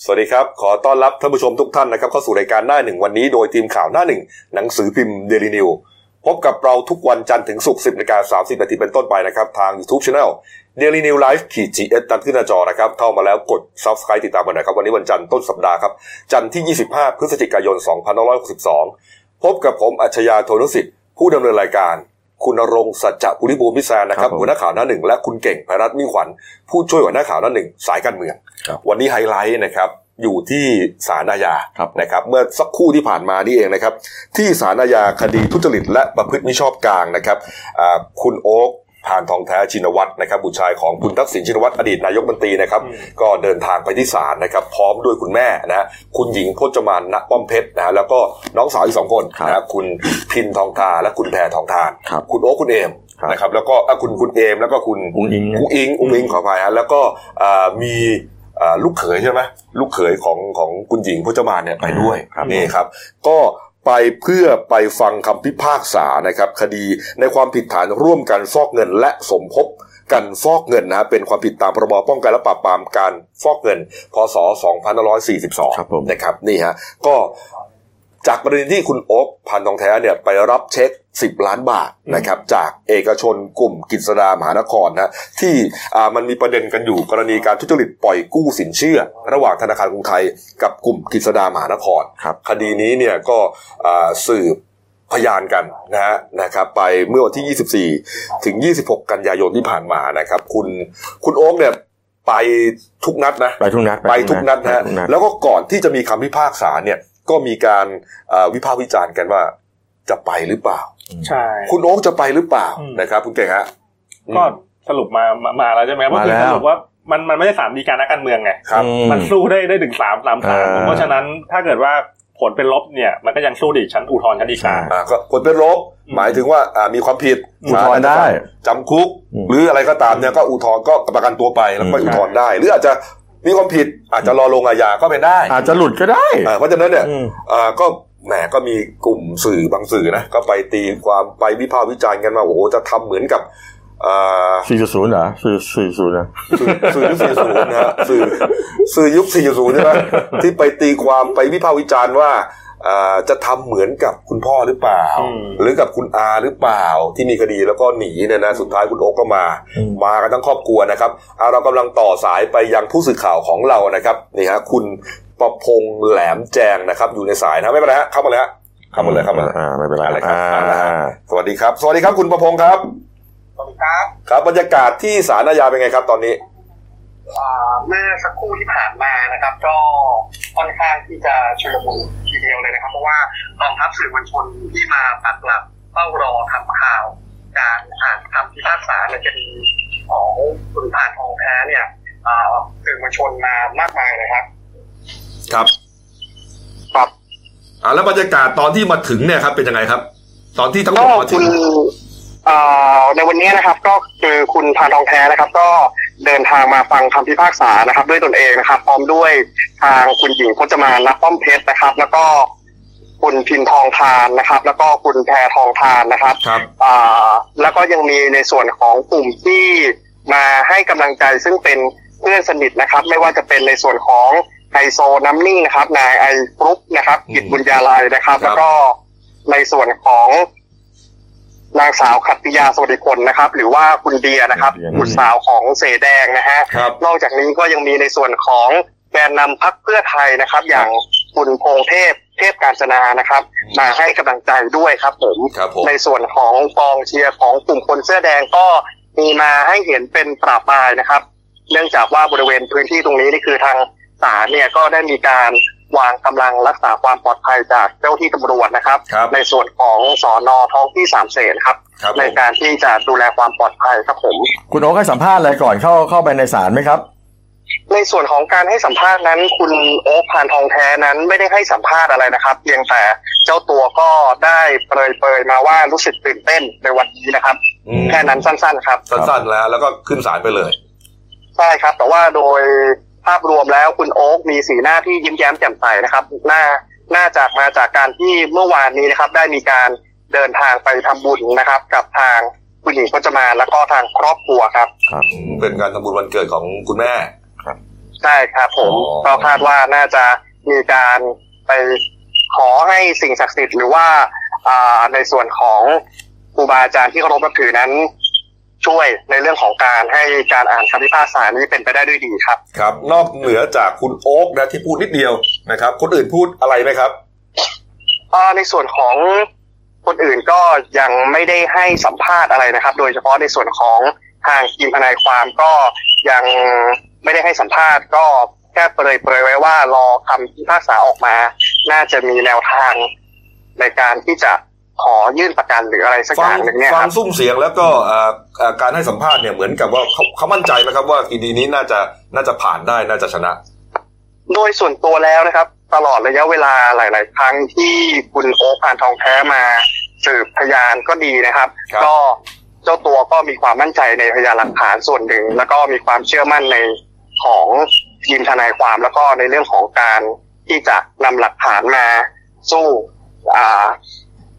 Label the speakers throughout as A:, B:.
A: สวัสดีครับ ขอต้อนรับท่านผู้ชมทุกท่านนะครับเข้าสู่รายการหน้าหนึ่งวันนี้โดยทีมข่าวหน้าหนึ่งหนังสือพิมพ์เดลินิวพบกับเราทุกวันจันทร์ถึงศุกร์ 10นาฬิกา30นาทีเป็นต้นไปนะครับ ทาง YouTube Channel Daily New Life ขีด GS ตามขึ้นหน้าจอนะครับ เข้ามาแล้วกด Subscribe ติดตามกันหนะครับ วันนี้วันจันทร์ต้นสัปดาห์ครับ จันทร์ที่ 25 พฤศจิกายน 2562 พบกับผมอัจฉริยะโทนุสิทธิ์ผู้ดำเนินรายการ คุณณรงค์สัจจะภูริบูมิพิศาลนะครับ
B: ครับผม
A: หัวหน้าข่าวหน้าหนึ่งและคุณเก่งไพรัตน์มิ่งขวัญผู้ช่วยหัวหน้าข่าวหน้าหนึ่งสายการเมือง
B: ครับ
A: วันนี้ไฮไลท์นะครับอยู่ที่ศาลอาญา
B: ครับ
A: นะครับเมื่อสักครู่ที่ผ่านมานี่เองนะครับที่ศาลอาญาคดีทุจริตและประพฤติมิชอบกลางนะครับอ่าคุณโอ๊คผ่านทองแท้ชินวัตรนะครับบุตรชายของคุณทักษิณชินวัตรอดีตนายกบัญชีนะครับก็เดินทางไปที่ศาลนะครับพร้อมด้วยคุณแม่นะฮะคุณหญิงพจมานณป้อมเพชรนะฮะแล้วก็น้องสาวอีกสองคน
B: ครับ
A: นะฮะคุณพินทองทาและคุณแพรทองทาน
B: ครับ
A: คุณโอ๊คคุณเอม
B: ครับ
A: นะครับแล้วก็อ่ะคุณคุณเอมแล้วก็คุณ
B: อุ้งอิง
A: อุ้งอิงอุ้งอิงขออภัยฮะแล้วก็อ่ามีอ่าลูกเขยใช่ไหมลูกเขยของของคุณหญิงพจมานเนี่ยไปด้วย
B: ครับ
A: นี่ครับ ก็ไปเพื่อไปฟังคำพิพากษานะครับ คดีในความผิดฐานร่วมกันฟอกเงินและสมคบกันฟอกเงินนะฮะเป็นความผิดตามพรบป้องกันและปราบปรามการฟอกเงิน พศ 2542
B: ครับผม
A: นะครับนี่ฮะก็จากกรณีที่คุณโอ๊คพันทองแท้เนี่ยไปรับเช็ค 10 ล้านบาทนะครับจากเอกชนกลุ่มกิจสดามหานครนะที่อ่ามันมีประเด็นกันอยู่กรณีการทุจริตปล่อยกู้สินเชื่อ ระหว่างธนาคารกรุงไทยกับกลุ่มกิจสดามหานคร
B: ครับ
A: คดีนี้เนี่ยก็อ่าสืบพยานกันนะฮะนะครับไปเมื่อวันที่ 24 ถึง 26 กันยายนที่ผ่านมานะครับ คุณคุณโอ๊คเนี่ยไปทุกนัดนะ
B: ไปทุกนัด
A: ไปทุกนัดนะฮะ
B: ไปทุกนัด
A: แล้วก็ก่อนที่จะมีคำพิพากษาเนี่ยก็มีการเอ่อวิพากษ์วิจารณ์กันว่าจะไปหรือเปล่า
C: ใช่
A: คุณโอ๊คจะไปหรือเปล่า
C: อืม
A: นะครับคุณเก่งฮะอืม
C: ก็สรุปมามามาแล้วใช่ไหมก็
B: มา
C: คือ
B: แล้ว
C: สรุปว่ามันมันไม่ได้สามดีการนักการเมืองไง
A: ครับ
B: อื
C: มันสู้ได้ได้ถึงสามสามศาล
B: อ่า
C: เพราะฉะนั้นถ้าเกิดว่าผลเป็นลบเนี่ย มันก็ยังสู้ไดอีกชั้นอุทธรณ์ชั้นฎีกา
B: ใช่
A: อ่าก็ผลเป็นลบ
C: อืม
A: หมายถึงว่าอ่ามีความผิด
B: อุทธรณ์ได้
A: จำคุก
B: อืม
A: หรืออะไรก็ตามเนี่ยก็อุทธรณ์ก็ประกันตัวไปแล้วก็
B: อืม
A: อุทธรณ์ได้ หรืออาจจะมีความผิดอาจจะรอลงอาญาก็เป็นได้
B: อาจจะหลุดก็ได้
A: อ่าเพราะฉะนั้นเนี่ย
B: อืม
A: อ่าก็แหมก็มีกลุ่มสื่อบางสื่อนะก็ไปตีความไปวิพากษ์วิจารณ์กันมาโอ้โหจะทำเหมือนกับอ่า
B: 4.0เหรอ4.0นะ
A: สื่อสื่อยุค40นะฮะสื่อสื่อยุค40ใช่ไหมที่ไปตีความไปวิพากษ์วิจารณ์ว่าอ่าจะทำเหมือนกับคุณพ่อหรือเปล่า
C: อืม
A: หรือกับคุณอาหรือเปล่าที่มีคดีแล้วก็หนีเนี่ยนะสุดท้ายคุณโอ๊กก็มา
B: อืม
A: มากันทั้งครอบครัวนะครับเอาเรากำลังต่อสายไปยังผู้สื่อข่าวของเรานะครับนี่ฮะคุณประพงษ์แหลมแจงนะครับ อยู่ในสายนะไม่เป็นไรฮะเข้ามาเลยฮะเข้ามาเลยเข้ามาเลย
B: อ่ไม่เป็นไร
A: อะไรครับ
B: อ่า
A: สวัสดีครับ สวัสดีครับคุณประพงษ์ครับ
D: สวัสดีครับ
A: ครับบรรยากาศที่ศาลอาญาเป็นไงครับตอนนี้
D: อ่าเมื่อสักครู่ที่ผ่านมานะครับ ก็ค่อนข้างที่จะชุลมุนทีเดียวเลยนะครับ เพราะว่ากองทัพสื่อมวลชนที่มาปักหลักเฝ้ารอทำข่าว การอ่านคำพิพากษาในคดีของคุณผ่านทองแท้เนี่ยอ่าสื่อมวลชนมามากมายเลยครับ
A: ครับ
D: ครับ
A: อ่าแล้วบรรยากาศตอนที่มาถึงเนี่ยครับเป็นยังไงครับ ตอนที่ทั้งหม
D: ก็
A: ดมาถึ
D: คุ
A: ง
D: ณเอ่อในวันนี้นะครับ ก็คือคุณพานทองแท้นะครับ ก็เดินทางมาฟังคำพิพากษานะครับ ด้วยตนเองนะครับ พร้อมด้วยทางคุณหญิงพจมานและป้อมเพชรนะครับ แล้วก็คุณพินทองทานนะครับ แล้วก็คุณแพรทองทานนะครับ
A: ครับ
D: อ่าแล้วก็ยังมีในส่วนของกลุ่มที่มาให้กำลังใจซึ่งเป็นเพื่อนสนิทนะครับ ไม่ว่าจะเป็นในส่วนของไฮโซน้ำนิ่งนะครับ นายไอกรุ๊ปนะครับ
A: อืม
D: กิจบุญญาลัยนะครั
A: ครั
D: บ
A: บ
D: แล้วก็ในส่วนของนางสาวขัตติยาสวัสดิผลนะครับ หรือว่าคุณเดียนะครับ
B: เดีย
D: บุตรสาวของเสแดงนะฮะ
A: ครับ
D: นอกจากนี้ก็ยังมีในส่วนของแกนนำพักเพื่อไทยนะครับ อย่างคุณพงษ์เทพเทพการจนานะครับ มาให้กำลังใจด้วยครับผม
A: ครับผม
D: ในส่วนของกองเชียร์ของกลุ่มคนเสื้อแดงก็มีมาให้เห็นเป็นปราบปรายนะครับ เนื่องจากว่าบริเวณพื้นที่ตรงนี้นี่คือทางศาลเนี่ยก็ได้มีการวางกำลังรักษาความปลอดภัยจากเจ้าที่ตำรวจนะครับ
A: ครับ
D: ในส่วนของสอนอท้องที่สามเสนครับ
A: ครับ
D: ใน
A: ผม
D: การที่จะดูแลความปลอดภัยครับผม
B: คุณโอ๊คให้สัมภาษณ์อะไรก่อนเข้าเข้าไปในศาลไหมครับ
D: ในส่วนของการให้สัมภาษณ์นั้น คุณโอ๊คพานทองแท้นั้นไม่ได้ให้สัมภาษณ์อะไรนะครับ เพียงแต่เจ้าตัวก็ได้เปรยๆมาว่ารู้สึกตื่นเต้นในวันนี้นะครับ
A: อืม
D: แค่นั้นสั้นๆครับ
A: สั้นๆแล้วแล้วก็ขึ้นศาลไปเลย
D: ใช่ครับ แต่ว่าโดยภาพรวมแล้วคุณโอ๊คมีสีหน้าที่ยิ้มแย้มแจ่มใสนะครับน่าน่าจากมาจากการที่เมื่อวานนี้นะครับ ได้มีการเดินทางไปทำบุญนะครับ กับทางคุณหญิงพจมานแล้วก็ทางครอบครัวครับ
A: เป็นการทำบุญวันเกิดของคุณแม่
D: ได้ครับผม
A: อ๋อ
D: ก็คาดว่าน่าจะมีการไปขอให้สิ่งศักดิ์สิทธิ์หรือว่าอ่าในส่วนของครูบาอาจารย์ที่เคารพนับถือนั้น ช่วยในเรื่องของการให้การอ่านคำพิพากษานี้เป็นไปได้ด้วยดีครับ
A: ครับนอกเหนือจากคุณโอ๊กนะที่พูดนิดเดียวนะครับ คนอื่นพูดอะไรไหมครับ
D: อ่าในส่วนของคนอื่นก็ยังไม่ได้ให้สัมภาษณ์อะไรนะครับ โดยเฉพาะในส่วนของทางทีมทนายความก็ยังไม่ได้ให้สัมภาษณ์ ก็แค่เปรยเปรยๆไว้ว่ารอคำพิพากษาออกมา น่าจะมีแนวทางในการที่จะขอยื่นประกันหรืออะไรสักอ
A: ฟั
D: ย่างหนึ่งเนี่ย
A: ฟั
D: ค
A: ง
D: รับ
A: ซุ้มเสียงแล้วก็เอ่อเอ่อการให้สัมภาษณ์เนี่ยเหมือนกับว่าเขาเขามั่นใจไหมครับว่าคดีนี้น่าจะน่าจะผ่านได้น่าจะชนะ
D: โดยส่วนตัวแล้วนะครับ ตลอดระยะเวลาหลาย ๆ ครั้งที่คุณโอ๊คผ่านทองแท้มา สืบพยานก็ดีนะครับ
A: ครับ
D: ก็เจ้าตัวก็มีความมั่นใจในพยานหลักฐานส่วนหนึ่ง แล้วก็มีความเชื่อมั่นในของทีมทนายความแล้วก็ในเรื่องของการที่จะนำหลักฐานมาสู้อ่า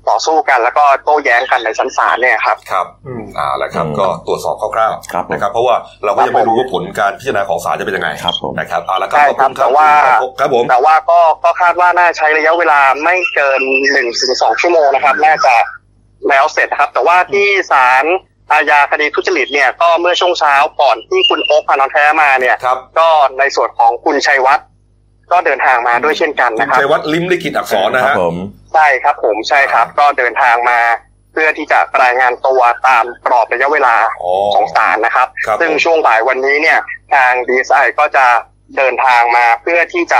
D: ต่อสู้กัน แล้วก็โต้แย้งกันในชั้นศาลเนี่ยครับ
A: ครับ
C: อืม
A: อ่าแล้วครับ
B: อืม
A: ก็ตรวจสอบคร่าว
B: ครับผม
A: ๆนะครับ เพราะว่าเราก็ยังไม่รู้ว่าผลการพิจารณาของศาลจะเป็นยังไง
B: ครับผม
A: นะครับเอาละครับ
D: ใช่
A: ขอบ
D: ครั
A: คุ
D: บ
A: ณครับ
D: แต่ว่า
A: ครับผม
D: แต่ว่าก็ก็คาดว่าน่าใช้ระยะเวลาไม่เกินหนึ่งถึงสองชั่วโมงนะครับ น่าจะแล้วเสร็จนะครับ แต่ว่าที่ศาลอาญาคดีทุจริตเนี่ยก็เมื่อช่วงเช้าก่อนที่คุณโอ๊คพานนท์แท้มาเนี่ย
A: ครับ
D: ก็ในส่วนของคุณชัยวัฒน์ก็เดินทางมาด้วยเช่นกัน
A: คุณ
D: นะครับ
A: ชัยวัฒน์ลิมลิขิตอักษรนะ
B: ครั
A: ฮะ
B: บผม
D: ใช่ครับผมใช่ครับ ก็เดินทางมาเพื่อที่จะรายงานตัวตามกรอบระยะเวลา
A: อ๋อ
D: ของศาลนะครับ
A: ครับ
D: ซึ่ง
A: ผม
D: ช่วงบ่ายวันนี้เนี่ย ทางดีไอก็จะเดินทางมาเพื่อที่จะ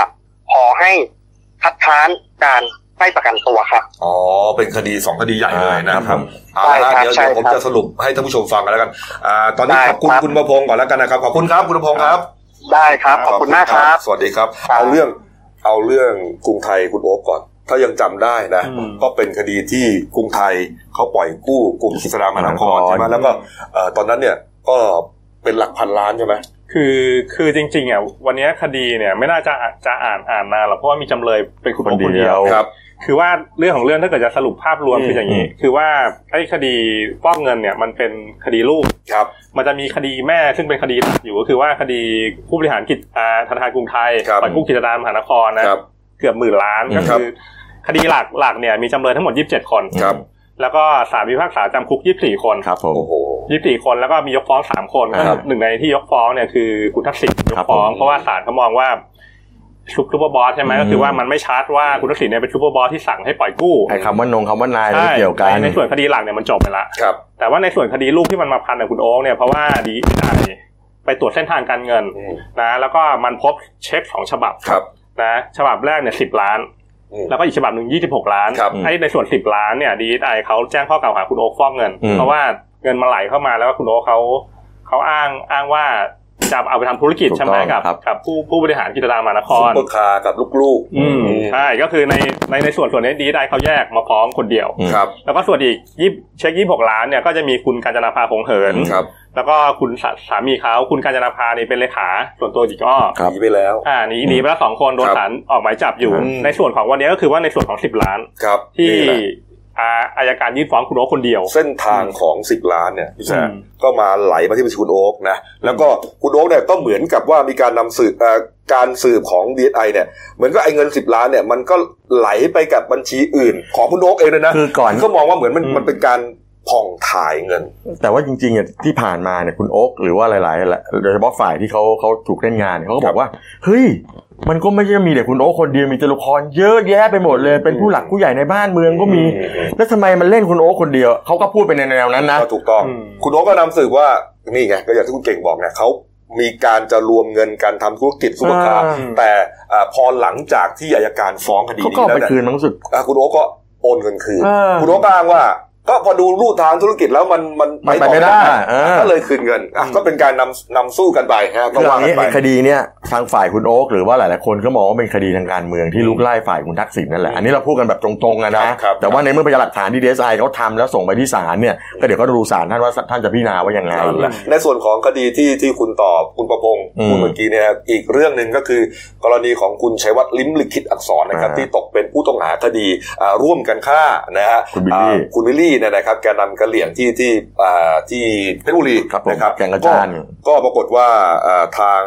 D: ขอให้คัดค้านการให้ประกันตัวครับ
A: อ๋อ เป็นคดีสองคดีใหญ่เลยนะ
B: อ่า
A: ค
B: ครั
A: รับบ เอาละ
D: ใช่ครับ
A: เดี๋ยว
D: ใช่
A: เดี๋ยวผ
D: ครับ
A: มจะสรุปให้ท่านผู้ชมฟังกันแล้วกันอ่าตอนนี้
D: ได้
A: ขอบคุณ
D: ครับ
A: คุณประพงศ์ก่อนแล้วกันนะครับขอบคุณครับคุณประพงศ์ครับ
D: ได้ครับ ขอบคุณมากครับ
A: สวัสดีครับ
D: ครับ
A: เอาเรื่องเอาเรื่องกรุงไทยคุณโอ๊คก่อน ถ้ายังจำได้นะ
C: อืม
A: ก็เป็นคดีที่กรุงไทยเขาปล่อยกู้กลุ่มกิษดามหานครใช่ไหมแล้วก็เอ่อตอนนั้นเนี่ยก็เป็นหลักพันล้านใช่ไหม
C: คือคือจริงๆอ่ะวันเนี้ยคดีเนี่ยไม่น่าจะจะอ่านอ่านนานหรอกเพราะว่ามีจำเลยเป็นคุณโอ๊คคนเดียว
A: ครับ
C: คือว่าเรื่องของเรื่องถ้าเกิดจะสรุปภาพรวม
B: อืม
C: คืออย่างนี้
B: อืม
C: คือว่าไอ้คดีฟอกเงินเนี่ยมันเป็นคดีลูก
A: ครับ
C: มันจะมีคดีแม่ซึ่งเป็นคดีหลักอยู่ก็คือว่าคดีผู้บริหารกิจอ่าธนาคารกรุงไทย
A: ครับ
C: ปล่อยกู้กิจการมหานครนะครับ เกือบหมื่นล้าน
B: อืม
C: ก็คือ คดีหลักหลักเนี่ยมีจำเลยทั้งหมด 27 คน
A: ครับ
C: แล้วก็สารพิพากษาจำคุก 24 คน
B: ครับผม
A: โอ้โห
C: 24 คนแล้วก็มียกฟ้อง 3 คน
B: ครับ
C: หนึ่งในที่ยกฟ้องเนี่ยคือคุณทักษิณยก
B: ครับ
C: ฟ้อง
B: ผม
C: เพราะว่าศาลเขามองว่าซุปเปอร์บอสใช่ไหม
B: อืม
C: ก็คือว่ามันไม่ชัดว่าคุณทักษิณเนี่ยเป็นซุปเปอร์บอสที่สั่งให้ปล่อยกู้
B: ไอ้คำว่านงคำว่านายไม่
C: ใช่
B: เกี่ยวกัน
C: แต่ในส่วนคดีหลักเนี่ยมันจบไปละ
A: ครับ
C: แต่ว่าในส่วนคดีลูกที่มันมาพันกับคุณโอ๊คเนี่ยเพราะว่าดีไอไปตรวจเส้นทางการเงิน
A: อืม
C: นะแล้วก็มันพบเช็คสองฉบับ
A: ครับ
C: นะฉบับแรกเนี่ยสิบล้าน
A: อืม
C: แล้วก็อีกฉบับหนึ่งยี่สิบหกล้าน
A: ครับ
C: ไอ้ในส่วนสิบล้านเนี่ยดีไอเขาแจ้งข้อกล่าวหาคุณโอ๊คฟอกเงิน
B: อืม
C: เพราะว่าเงินมาไหลเข้ามาแล้วก็คุณโอ๊คเขาเขาอ้างอ้างว่าจะเอาไปทำธุรกิจใช่ไหมกับกับผู้ผู้บริหารกิจการมหานค
A: ซุป
C: ร
A: เปอร์คาร์กับลูก
C: อืมใช่ก็คือในในในส่วนส่วนนี้ดีไอเขาแยกมาฟ้องคนเดียว
B: อืม
A: ครับ
C: แล้วก็ส่วนอีกยี่เช็คยี่หกล้านเนี่ยก็จะมีคุณกาญจนาภาคงเหิน
A: ครับ
C: แล้วก็คุณสาสามีเขาคุณกาญจนาภาเนี่ยเป็นเลขาส่วนตัวจิกอ้อ
B: ครับ
A: หนีไปแล้ว
C: อ่าหนีหนีไปแล้วสองคนโดน
A: ครับ
C: ศาลออกหมายจับอยู่
A: อืม
C: ในส่วนของวันนี้ก็คือว่าในส่วนของสิบล้าน
A: ครับ
C: ที่
A: นี่แหละ
C: อาอายการยื่นฟ้องคุณโอ๊คคนเดียว
A: เส้นทางของสิบล้านเนี่ยพี่แซม
C: อืม
A: ก็มาไหลมาที่บัญชีคุณโอ๊กนะ แล้วก็คุณโอ๊กเนี่ยก็เหมือนกับว่ามีการนำสืบเอ่อการสืบของ DSI เนี่ย เหมือนก็ไอ้เงิน 10 ล้านเนี่ยมันก็ไหลไปกับบัญชีอื่น ของคุณโอ๊กเองเลยนะ
B: คือก่อน
A: ก็มองว่าเหมือนมัน
C: อืม
A: มันเป็นการผ่องถ่ายเงิน
B: แต่ว่าจริงๆอ่ะที่ผ่านมาเนี่ยคุณโอ๊กหรือว่าหลายๆโดยเฉพาะฝ่ายที่เขาเขาถูกเล่นงานเนี่ยเขาก็บอกว่า เฮ้ย มันก็ไม่ใช่มีแต่คุณโอ๊กคนเดียวมีตัวละครเยอะแยะไปหมดเลย เป็นผู้หลักผู้ใหญ่ในบ้านเมืองก็มี แล้วทำไมมันเล่นคุณโอ๊คคนเดียวเขาก็พูดไปในแนวนั้นนะ
A: ก็ถูกต้อง
C: อืม
A: คุณโอ๊คก็นำสืบว่านี่ไงก็อย่างที่คุณเก่งบอกเนี่ยเขามีการจะรวมเงินการทำธุรกิจสุขภาพ
B: อ่า
A: แต่อ่าพอหลังจากที่อายการฟ้องคดี
B: เขาก็
A: นี้
B: เอา
A: แล้ว
B: ไป
A: เนี่ย
B: คืนมั้งรู้สึก
A: อ่ะคุณโอ๊คก็โอนเงินคืน
B: เออ
A: คุณโอ๊คก็อ้างว่า ก็พอดูรูปทางธุรกิจแล้วมันมัน
B: มันไป
A: ต่อ
B: ไม่ได้เออ
A: ก็เลยคืนเงินอ่ะก็เป็นการนำนำสู้กันไปนะฮะก็
B: คือ
A: ว่า
B: อัน
A: กัน
B: นี้
A: ไป
B: ในคดีเนี่ยทางฝ่ายคุณโอ๊คหรือว่าหลายๆคนก็มองว่าเป็นคดีทางการเมืองที่ลุกไล่ฝ่ายคุณทักษิณนั่นแหละอันนี้เราพูดกันแบบตรงๆอะนะครับ แต่ว่าในเมื่อพยานหลักฐานที่ดีเอสไอเขาทำแล้วส่งไปที่ศาลเนี่ยก็เดี๋ยวก็ดูศาลท่านว่าท่านจะพิจารณาว่ายังไง
A: นั่นแหละในส่วนของคดีที่ที่คุณตอบคุณประพงศ์
B: อืม
A: คุณเมื่อกี้เนี่ยครับอีกเรื่องหนึ่งก็คือกรณีของคุณชัยวัฒน์ลิ้มลิขิตอักษรนะครับ
B: อ่า
A: ที่ตกเป็นผู้ต้องหาคดีอ่าร่วมกันฆ่านะฮะ
B: คุณบิลลี่
A: อ่าคุณวิลลี่เนี่ยนะครับแกนนำกระเหลี่ยงที่ที่อ่าที่เพชรบุรี
B: ครับผม
A: นะครับ
B: แก่งกระจาน
A: ก็ปรากฏว่าอ่าทาง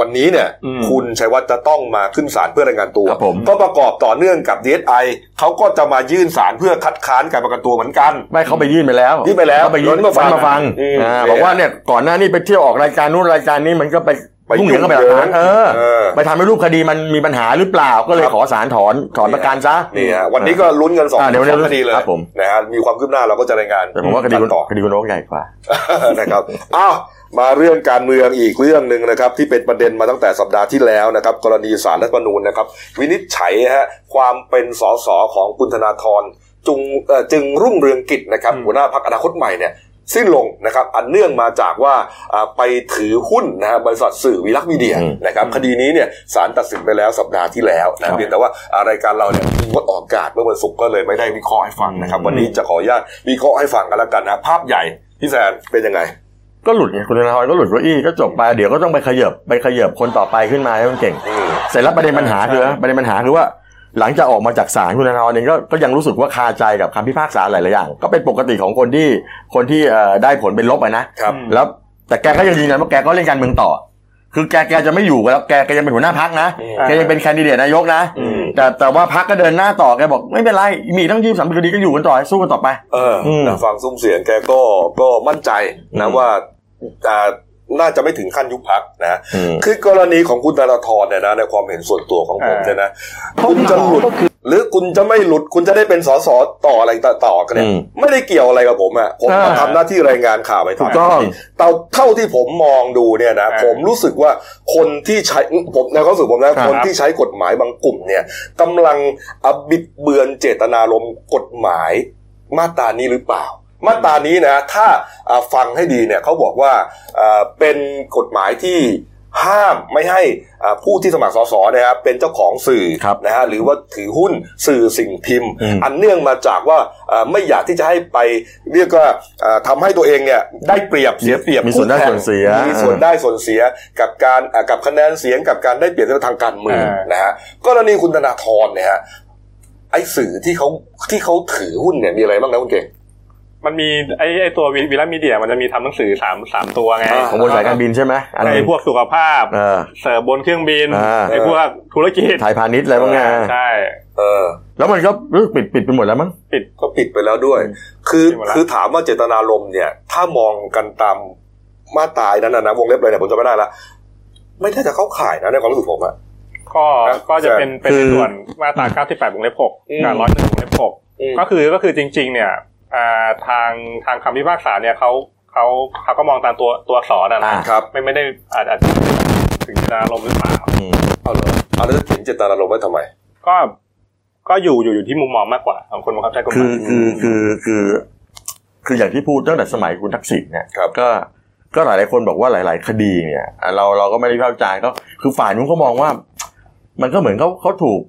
A: วันนี้เนี่ย
C: อืม
A: คุณชัยวัฒน์จะต้องมาขึ้นศาลเพื่อรายงานตัว
B: ครับผม
A: ก็ประกอบต่อเนื่องกับ DSI เขาก็จะมายื่นศาลเพื่อคัดค้านการประกันตัวเหมือนกัน
B: ไม่เขาไปยื่นไปแล้ว
A: ยื่นไปแล้ว
B: เขาไปยื่น
A: ย้อนมาฟัง
B: มาฟัง
A: อืม
B: อ่า
A: โอเค
B: บอกว่าเนี่ยก่อนหน้านี้ไปเที่ยวออกรายการนู้นรายการนี้มันก็ไปยุ่งเหยิงกับหลักฐานเออ
A: เออ
B: ไปทำให้รูปคดีมันมีปัญหาหรือเปล่าก็เล
A: ค
B: ย
A: รับ
B: ขอศาลถอนถอนประกันซะ
A: นี่ฮะวันนี้ก็ลุ้นกันสอง
B: อ่าเดี๋ยววันนี้
A: สองคดีเลย
B: ครับผม
A: นะฮะมีความคืบหน้าเราก็จะรายงาน
B: แต่ผมว่าคดีคุณ
A: ต่อ
B: คดีคุณโอ๊คใหญ่กว่า
A: นะครับอ้าวมาเรื่องการเมืองอีกเรื่องหนึ่งนะครับ ที่เป็นประเด็นมาตั้งแต่สัปดาห์ที่แล้วนะครับ กรณีสารรัฐธรรมนูญนะครับ วินิจฉัยฮะความเป็นสสของคุณธนาธรจุงเอ่อจึงรุ่งเรืองกิจนะครับ
C: อืม
A: หัวหน้าพักอนาคตใหม่เนี่ยสิ้นลงนะครับ อันเนื่องมาจากว่าอ่าไปถือหุ้นนะฮะบริษัทสื่อวิลักษณ์มีเดีย
B: อืม
A: นะครับคดีนี้เนี่ยศาลตัดสินไปแล้วสัปดาห์ที่แล้วนะเพียงแต่ว่าอ่ารายการเราเนี่ยงดออกอากาศเมื่อวันศุกร์ก็เลยไม่ได้วิเคราะห์ให้ฟังนะครับ วันนี้จะขออนุญาตวิเคราะห์ให้ฟังกันแล้วกันนะภาพใหญ่พี่แซนเป็นยังไง
B: ก็หลุดไงคุณธนาธรก็หลุดเก้าอี้ก็จบไปเดี๋ยวก็ต้องไปขยับไปขยับคนต่อไปขึ้นมาให้มันเก่ง
A: อืม
B: เสร็จแล้วประเด็นปัญหาคือประเด็นปัญหาคือว่า หลังจากออกมาจากศาลคุณธนาธรเองก็ก็ยังรู้สึกว่าคาใจกับคำพิพากษาหลาย ๆ อย่าง ก็เป็นปกติของคนที่คนที่เอ่อได้ผลเป็นลบอะนะ
A: ครับ
C: อืม
B: แล้วแต่แกก็ยังยืนยันว่าแกก็เล่นการเมืองต่อ คือแกแกจะไม่อยู่แล้วแกแกยังเป็นหัวหน้าพักนะ
A: อืม
B: แกยังเป็นแคนดิเดตนายกนะ
A: อืม
B: แต่แต่ว่าพักก็เดินหน้าต่อแกบอกไม่เป็นไรมีตั้งยี่สิบสามคดีก็อยู่กันต่อสู้กันต่อไป
A: เอออ
B: ม
A: แต่ฟังซุ้มเสียงแกก็ก็มั่นใจนะ
B: อืม
A: ว่าอ่าน่าจะไม่ถึงขั้นยุบพักนะ
B: อืม
A: คือกรณีของคุณธนาธรเนี่ยนะในความเห็นส่วนตัวของผม
C: อ่า
A: เนี่ยนะคุณจะหลุดหรือคุณจะไม่หลุดคุณจะได้เป็นสสต่ออะไรต่อต่อกันเนี่ย
B: อืม
A: ไม่ได้เกี่ยวอะไรกับผมอ่ะผมมา
B: อ่า
A: ทำหน้าที่รายงานข่าวไป
B: ถู
A: เท่าก นั้น
B: ต้อง
A: เต่าเท่าที่ผมมองดูเนี่ยนะ
C: อ่า
A: ผมรู้สึกว่าคนที่ใช้ผมในความรู้สึกผมนะครับ คนที่ใช้กฎหมายบางกลุ่มเนี่ยกำลังอบิดเบือนเจตนารมณ์กฎหมายมาตรานี้หรือเปล่า มาตรานี้นะถ้าอ่าฟังให้ดีเนี่ยเขาบอกว่าอ่าเป็นกฎหมายที่ห้ามไม่ให้อ่าผู้ที่สมัครสสนะครับเป็นเจ้าของสื่อ
B: ครับ
A: นะฮะหรือว่าถือหุ้นสื่อสิ่งพิมพ์
B: อืม
A: อันเนื่องมาจากว่าอ่าไม่อยากที่จะให้ไปเรียกว่าอ่าทำให้ตัวเองเนี่ยได้เปรียบ เสียเปรียบ
B: มีส่วนได้ส่วนเสีย
A: มีส่วนได้ส่วนเสียกับการเอ่อกับคะแนนเสียงกับการได้เปรียบทางการเมือง
C: อ่าน
A: นะฮะกรณีคุณธนาธรเนี่ยฮะไอ้สื่อที่เขาที่เขาถือหุ้นเนี่ยมีอะไรบ้างนะคุณเก่ง
C: มันมีไอ้ไอ้ตัววิลามีเดียมันจะมีทำหนังสือสามสามตัวไง
A: อ่า
B: ของบนสายการบินใช่ไหมอัน
C: ไอ้
B: นี้
C: พวกสุขภาพ
B: เออ
C: เสิร์ฟบนเครื่องบิน
B: อ่า
C: ไอ้พวกธุรกิจ
B: ไทยพาณิชย์อะไรพวกเนี้ย
C: ใช่
A: เออ
B: แล้วมันก็รู้สึกปิดปิดไปหมดแล้วมั้ง
C: ปิด
A: ก็ปิดไปแล้วด้วย คือ
C: ปิดหมดแล้ว
A: คือถามว่าเจตนารมณ์เนี่ย ถ้ามองกันตามมาตรายนั้นนะนะวงเล็บอะไรเนี่ยผมจะไม่ได้ละไม่ได้จะเข้าข่ายนะในความรู้สึกผมอะ
C: ก็
A: ครับ
C: ก็จะเป็นเป็น
B: คือ
C: ในส่วนมาตรา 98วงเล็บ6
A: อืม
C: กับ 101วงเล็บ6 ก็คือก็คือจริง ๆ เนี่ยอ่าทางทางคำพิพากษาเนี่ยเขาเขาเขาก็มองตามตัวตัวสอนนะ
B: อ่า
C: นะครับ ไม่ไม่ได้อาจอาจถึงเจตนารมณ์หรือเปล่า
A: เอาเหรอเอาแล้วจะเขียนเจตนารมณ์ไว้ทำไม
C: ก็ก็อยู่อยู่อยู่ที่มุมมองมากกว่าของคนบังคับใช้กฎห
B: คื
C: มา
B: อย คือคือคือ คืออย่างที่พูดตั้งแต่สมัยคุณทักษิณเนี่ย
A: ครับ
B: ก็ก็หลายๆคนบอกว่าหลาย ๆ คดีเนี่ยอ่ะเราเราก็ไม่ได้วิพากษ์วิจารณ์ก็คือฝ่ายนู้นเขามองว่า มันก็เหมือนเขาเขาถูก